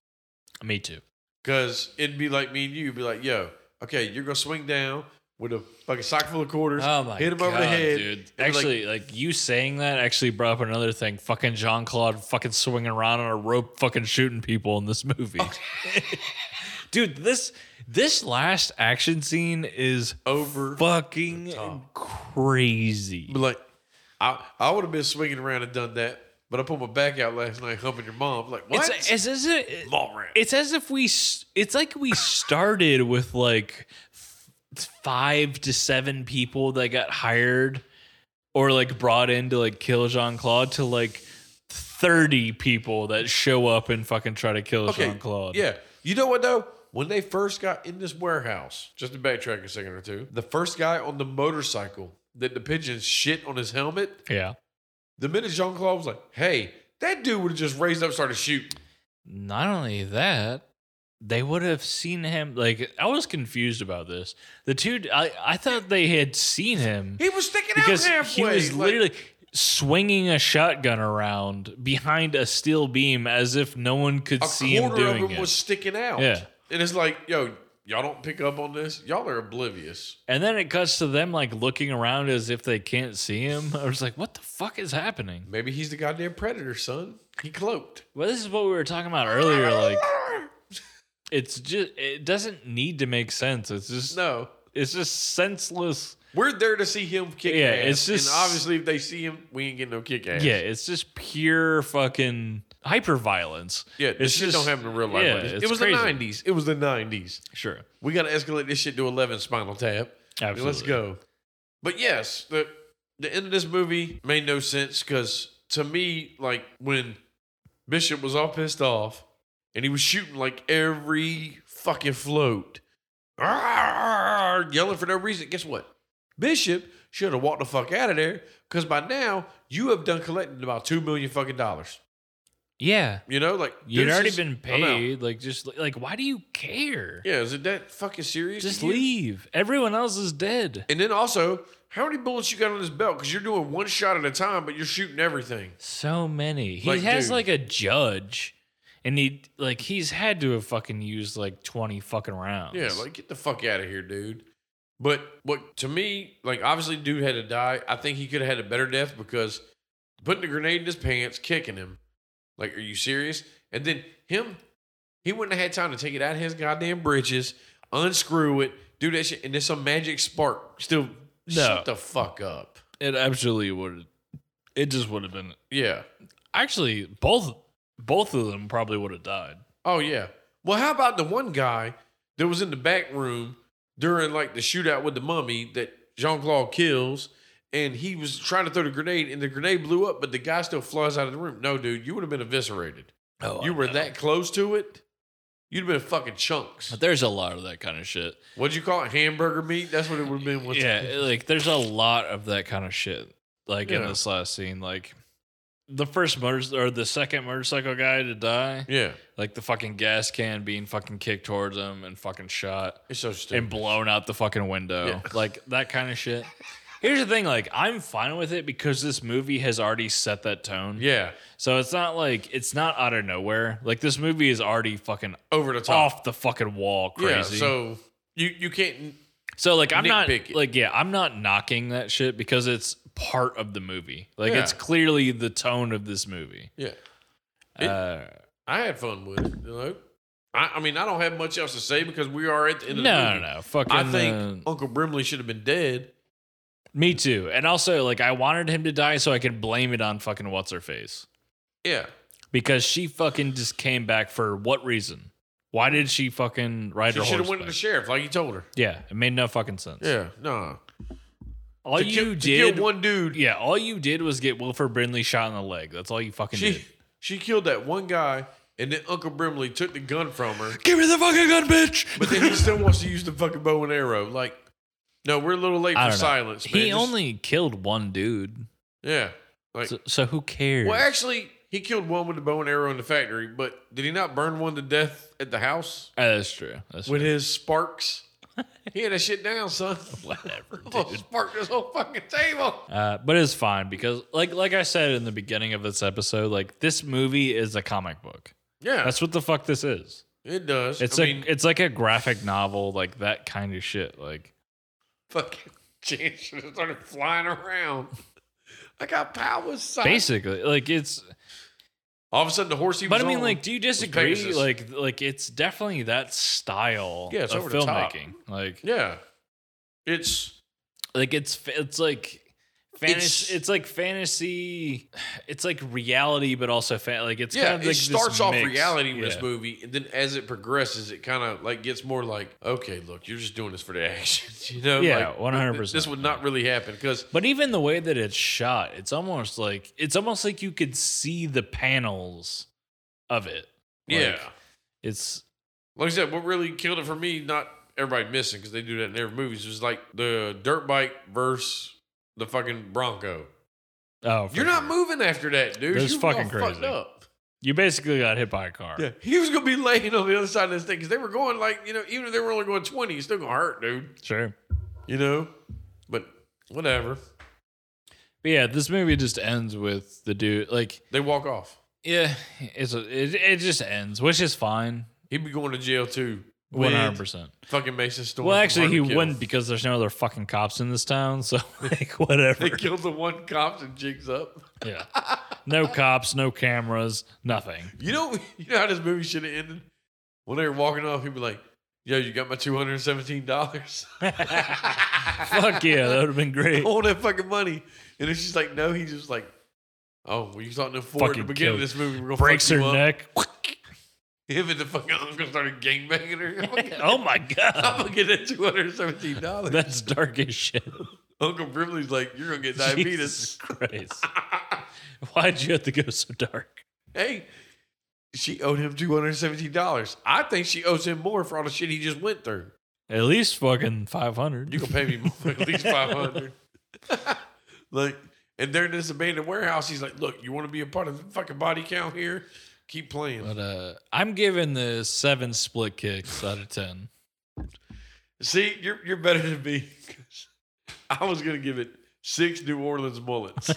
B: Me too.
A: Because it'd be like me and you, be like, yo, okay, you're going to swing down with a fucking sock full of quarters,
B: Oh my
A: hit him
B: god,
A: over the head.
B: dude!
A: and be like,
B: Actually, like, you saying that actually brought up another thing. Fucking Jean Claude fucking swinging around on a rope, fucking shooting people in this movie. dude, this this last action scene is
A: over.
B: fucking
A: top.
B: crazy.
A: Be like, I, I would have been swinging around and done that, but I put my back out last night humping your mom. Like, what?
B: It's, it's as if
A: Mallrats.
B: it's as if we s- it's like we started with like f- five to seven people that got hired or like brought in to like kill Jean Claude to like thirty people that show up and fucking try to kill Jean Claude.
A: Yeah. You know what though? When they first got in this warehouse, just to backtrack a second or two, the first guy on the motorcycle that the pigeons shit on his helmet,
B: yeah.
A: the minute Jean Claude was like, hey, that dude would have just raised up, and started shooting.
B: Not only that, they would have seen him. Like I was confused about this. The two, I I thought they had seen him.
A: He was sticking
B: because
A: out
B: he
A: halfway.
B: was
A: Like,
B: literally swinging a shotgun around behind a steel beam as if no one could
A: a
B: see him
A: quarter
B: doing
A: of him
B: it.
A: was sticking out.
B: Yeah.
A: And it's like, yo, y'all don't pick up on this. Y'all are oblivious.
B: and then it cuts to them like looking around as if they can't see him. I was like, "What the fuck is happening?"
A: Maybe he's the goddamn predator, son. He cloaked.
B: Well, this is what we were talking about earlier. Like, it's just it doesn't need to make sense. It's just
A: No.
B: it's just senseless.
A: We're there to see him kick
B: Yeah,
A: ass.
B: it's just-
A: and obviously if they see him, we ain't getting no kick ass.
B: Yeah, it's just pure fucking hyper violence.
A: Yeah, this
B: It's
A: shit
B: just-
A: don't happen in real life.
B: yeah,
A: like this.
B: it's
A: it was
B: crazy.
A: the '90s. It was the '90s.
B: Sure,
A: We got to escalate this shit to 11 Spinal Tap.
B: absolutely.
A: Let's go. But yes, the the end of this movie made no sense because to me, like when Bishop was all pissed off and he was shooting like every fucking float, "Arr!" yelling for no reason. Guess what? Bishop should have walked the fuck out of there because by now you have done collecting about two million fucking dollars.
B: Yeah,
A: You know, like
B: You'd
A: deuces,
B: already been
A: I'm out.
B: paid. Like, just like, why do you care?
A: Yeah, is it that fucking serious?
B: Just
A: to you?
B: leave. Everyone else is dead.
A: And then also, how many bullets you got on this belt? Because you're doing one shot at a time, but you're shooting everything.
B: So many. He
A: Like,
B: has
A: dude.
B: like a judge, and he like he's had to have fucking used like twenty fucking rounds.
A: Yeah, like get the fuck out of here, dude. But what to me, like obviously, dude had to die. I think he could have had a better death because putting the grenade in his pants, kicking him. Like, are you serious? And then him, he wouldn't have had time to take it out of his goddamn britches, unscrew it, do that shit, and then some magic spark still. Shut the fuck up.
B: it absolutely would. It just would have been.
A: Yeah.
B: Actually, both both of them probably would have died.
A: Oh yeah. Well, how about the one guy that was in the back room during like the shootout with the mummy that Jean Claude kills, and he was trying to throw the grenade, and the grenade blew up, but the guy still flies out of the room. No, dude, you would have been eviscerated.
B: Oh,
A: you were that close to it. You'd have been fucking chunks.
B: But there's a lot of that kind of shit.
A: What'd you call it? Hamburger meat? That's what it would have been. Once
B: yeah, like there's a lot of that kind of shit. Like in
A: Yeah.
B: this last scene, like the first motor or the second motorcycle guy to die,
A: Yeah.
B: like the fucking gas can being fucking kicked towards him and fucking shot
A: It's so stupid.
B: and blown out the fucking window,
A: Yeah.
B: like that kind of shit. Here's the thing, like I'm fine with it because this movie has already set that tone.
A: yeah.
B: So it's not like it's not out of nowhere. Like this movie is already fucking
A: Over the top.
B: off the fucking wall
A: Yeah.
B: crazy.
A: So you you can't.
B: So like I'm not
A: nitpick it.
B: like yeah, I'm not knocking that shit because it's part of the movie. Like
A: Yeah.
B: it's clearly the tone of this movie.
A: Yeah. It-
B: Uh,
A: I had fun with it. You know? I, I mean, I don't have much else to say because we are at the end
B: no,
A: of the
B: no,
A: movie.
B: no. Fucking
A: I think
B: uh,
A: Uncle Brimley should have been dead.
B: me too. And also like I wanted him to die so I could blame it on fucking what's her face
A: Yeah.
B: because she fucking just came back for what reason? Why did she fucking ride
A: She
B: her
A: should
B: horse?
A: have went to
B: back?
A: the sheriff like you told her.
B: yeah, it made no fucking sense.
A: Yeah. No.
B: All
A: to
B: Oh, you
A: kill, to kill
B: did,
A: one dude.
B: yeah, all you did was get Wilford Brindley shot in the leg. That's all you fucking
A: she
B: did.
A: she killed that one guy, and then Uncle Brimley took the gun from her.
B: Give me the fucking gun, bitch.
A: But then he still wants to use the fucking bow and arrow. Like, no, we're a little late
B: I
A: for
B: don't know.
A: silence. Man.
B: he
A: Just-
B: only killed one dude.
A: yeah. Like,
B: So, so who cares?
A: well, actually, he killed one with the bow and arrow in the factory, but did he not burn one to death at the house
B: Ah, that's true. That's
A: with
B: true.
A: his sparks? he had that shit down, son.
B: Whatever,
A: Oh,
B: dude.
A: spark this whole fucking table.
B: Uh, but it's fine because, like, like I said in the beginning of this episode, like this movie is a comic book.
A: Yeah,
B: That's what the fuck this is.
A: it does.
B: It's
A: I
B: like
A: mean,
B: it's like a graphic novel, like that kind of shit. Like
A: fucking Jan should have started flying around. I got powers. Son.
B: basically, like it's.
A: All of a sudden, the horse he was
B: But I mean,
A: on-
B: like, do you disagree?
A: Pegasus.
B: Like, like it's definitely that style
A: Yeah, it's
B: of
A: over the top.
B: filmmaking. Like,
A: yeah, it's
B: like it's fa- it's like fantasy. It's,
A: It's-
B: like fantasy. It's like reality, but also fa- like it's
A: yeah.
B: kind of like
A: it
B: this
A: starts off
B: mix.
A: reality with
B: Yeah.
A: this movie, and then as it progresses, it kind of like gets more like, okay, look, you're just doing this for the action, you know?
B: Yeah,
A: Like,
B: 100%.
A: This would not really happen because
B: But even the way that it's shot, it's almost like it's almost like you could see the panels of it. Like,
A: yeah,
B: it's
A: like I said, what really killed it for me, not everybody missing because they do that in their movies, was like the dirt bike versus the fucking Bronco.
B: oh, for
A: You're not
B: sure.
A: moving after that, dude.
B: That's
A: you all
B: fucking
A: fucked
B: crazy.
A: Up.
B: You basically got hit by a car.
A: Yeah, he was gonna be laying on the other side of this thing because they were going like you know, even if they were only going twenty, it's still gonna hurt, dude.
B: Sure.
A: You know, but whatever.
B: But yeah, this movie just ends with the dude like
A: They walk off.
B: yeah, it's a, it it just ends, which is fine.
A: He'd be going to jail too.
B: One hundred
A: With
B: percent.
A: Fucking Mason Storm.
B: Well,
A: from
B: actually, he
A: Harder Kill.
B: wouldn't because there's no other fucking cops in this town. So like whatever.
A: They killed the one cops and jigs up.
B: yeah. No cops, no cameras, nothing.
A: You know, you know how this movie should have ended. When they were walking off, he'd be like, "Yo, you got my two hundred and seventeen dollars."
B: Fuck yeah, that would have been great.
A: all that fucking money. And it's just like, no, he's just like, oh, well, you thought no four at the
B: Fucking
A: beginning of
B: killed.
A: this movie. We're gonna
B: Breaks
A: fuck
B: her
A: you up.
B: neck.
A: Him and the fucking uncle started gangbanging her. I'm gonna get-
B: oh my
A: I'm
B: god,
A: gonna get that two hundred seventeen dollars.
B: that's dark as shit.
A: Uncle Brimley's like, you're gonna get diabetes.
B: Jesus Christ, why'd you have to go so dark?
A: hey, she owed him two hundred seventeen dollars. I think she owes him more for all the shit he just went through.
B: At least fucking five hundred.
A: You can pay me more, at least five hundred. like, and they're in this abandoned warehouse. He's like, look, you want to be a part of the fucking body count here? Keep playing.
B: But uh, I'm giving the seven split kicks out of ten.
A: See, you're you're better than me. 'cause I was gonna give it six New Orleans mullets.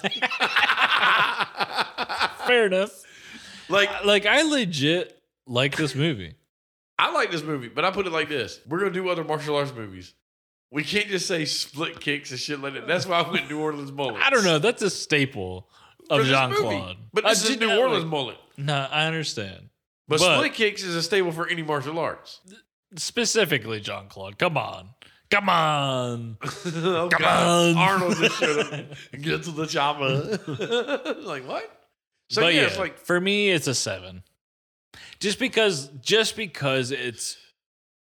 B: Fair enough.
A: like
B: Like I legit like this movie.
A: I like this movie, but I put it like this: we're gonna do other martial arts movies. We can't just say split kicks and shit like that. That's why I went New Orleans mullets.
B: I don't know. That's a staple
A: for
B: of
A: this
B: Jean
A: movie.
B: Claude.
A: but this is New Orleans mullet.
B: No, I understand.
A: But,
B: But-
A: split kicks is a staple for any martial arts.
B: Specifically, Jean Claude. Come on, come on.
A: oh,
B: Come
A: God.
B: on.
A: Arnold just showed up. Get to the chopper. like what? So
B: but
A: yeah,
B: yeah,
A: it's like
B: for me, it's a seven. Just because, just because it's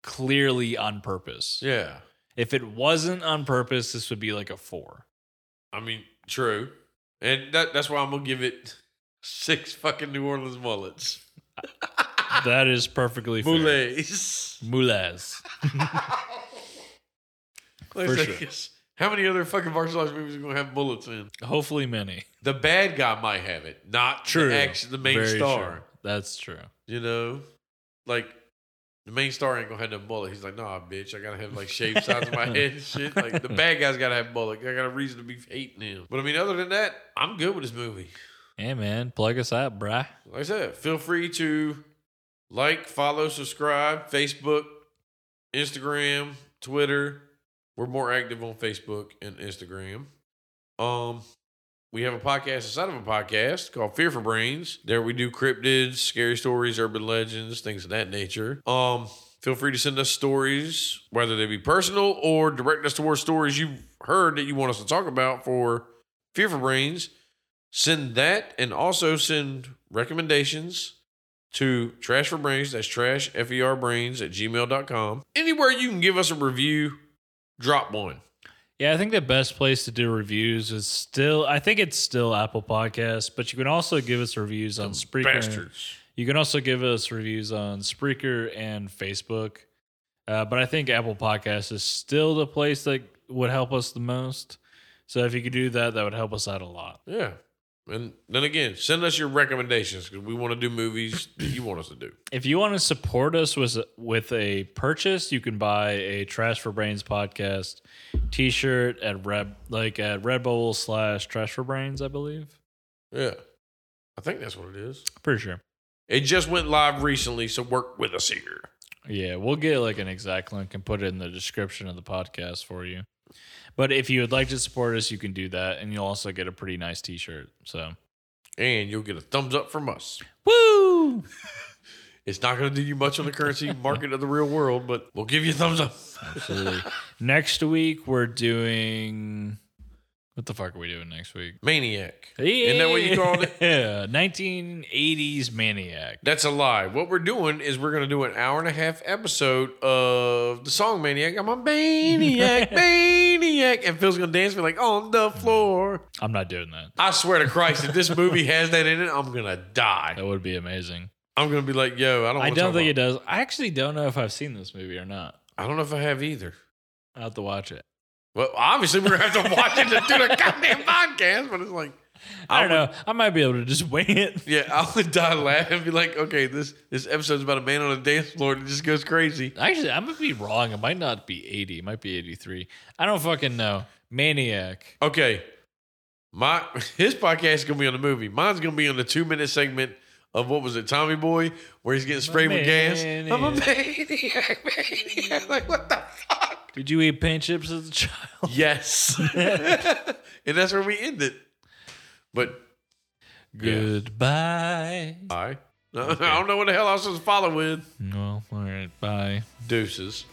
B: clearly on purpose.
A: yeah.
B: If it wasn't on purpose, this would be like a four.
A: I mean, true, and that that's why I'm gonna give it six fucking New Orleans mullets, Ah.
B: that is perfectly fair.
A: mullets.
B: Moulaz.
A: For How many other fucking martial arts movies are gonna have bullets in?
B: Hopefully, many.
A: The bad guy might have it, not
B: True.
A: the action, the main
B: Very
A: star.
B: true. That's true.
A: You know, like the main star ain't gonna have no bullet. He's like, nah, bitch, I gotta have like shaved sides of my head and shit. Like the bad guy's gotta have bullet. I got a reason to be hating him. But I mean, other than that, I'm good with this movie.
B: Hey, man, plug us out, bruh.
A: like I said, feel free to like, follow, subscribe, Facebook, Instagram, Twitter. We're more active on Facebook and Instagram. Um, we have a podcast inside of a podcast called Fear for Brains. There we do cryptids, scary stories, urban legends, things of that nature. Um, feel free to send us stories, whether they be personal or direct us towards stories you've heard that you want us to talk about for Fear for Brains send that and also send recommendations to trash for brains that's trash E fer brains at gmail.com anywhere you can give us a review drop one
B: Yeah, I think the best place to do reviews is still. I think it's still Apple Podcasts, but you can also give us reviews on Spreaker.
A: Bastards.
B: You can also give us reviews on Spreaker and Facebook. Uh, but I think Apple Podcasts is still the place that would help us the most. So if you could do that, that would help us out a lot.
A: Yeah. And then again, send us your recommendations because we want to do movies that you want us to do.
B: If you want to support us with with a purchase, you can buy a Trash for Brains podcast T-shirt at Red like at Redbubble slash Trash for Brains, I believe.
A: Yeah. I think that's what it is.
B: Pretty sure.
A: It just went live recently, so work with us here.
B: Yeah, we'll get like an exact link and put it in the description of the podcast for you. But if you would like to support us, you can do that, and you'll also get a pretty nice T-shirt. So,
A: And you'll get a thumbs up from us.
B: woo!
A: It's not going to do you much on the currency market of the real world, but we'll give you a thumbs up.
B: Absolutely. next week we're doing. What the fuck are we doing next week?
A: Maniac. Isn't that what you called it?
B: Yeah, 1980s Maniac.
A: That's a lie. What we're doing is we're going to do an hour and a half episode of the song Maniac. I'm a maniac, maniac. And Phil's going to dance me like on the floor.
B: I'm not doing that.
A: I swear to Christ, if this movie has that in it, I'm going to die.
B: That would be amazing.
A: I'm going to be like, yo, I don't
B: I
A: wanna
B: don't
A: talk
B: think it
A: Oh, about-
B: does. I actually don't know if I've seen this movie or not.
A: I don't know if I have either.
B: I'll have to watch it.
A: Well, obviously, we're going to have to watch it to do the goddamn podcast, but it's like,
B: I don't
A: would-
B: know. I might be able to just wing it.
A: Yeah, I would die laughing and be like, okay, this this episode's about a man on a dance floor and it just goes crazy.
B: Actually, I might be wrong. It might not be 80. It might be 83. I don't fucking know. Maniac.
A: Okay. My his podcast is gonna be on the movie. Mine's gonna be on the two minute segment of what was it, Tommy Boy, where he's getting sprayed with gas.
B: maniac.
A: I'm a maniac, maniac. Like what the fuck?
B: Did you eat paint chips as a child?
A: Yes. and that's where we end it. But
B: Goodbye.
A: I I don't know what the hell I was supposed to follow with.
B: Well, all right. Bye.
A: Deuces.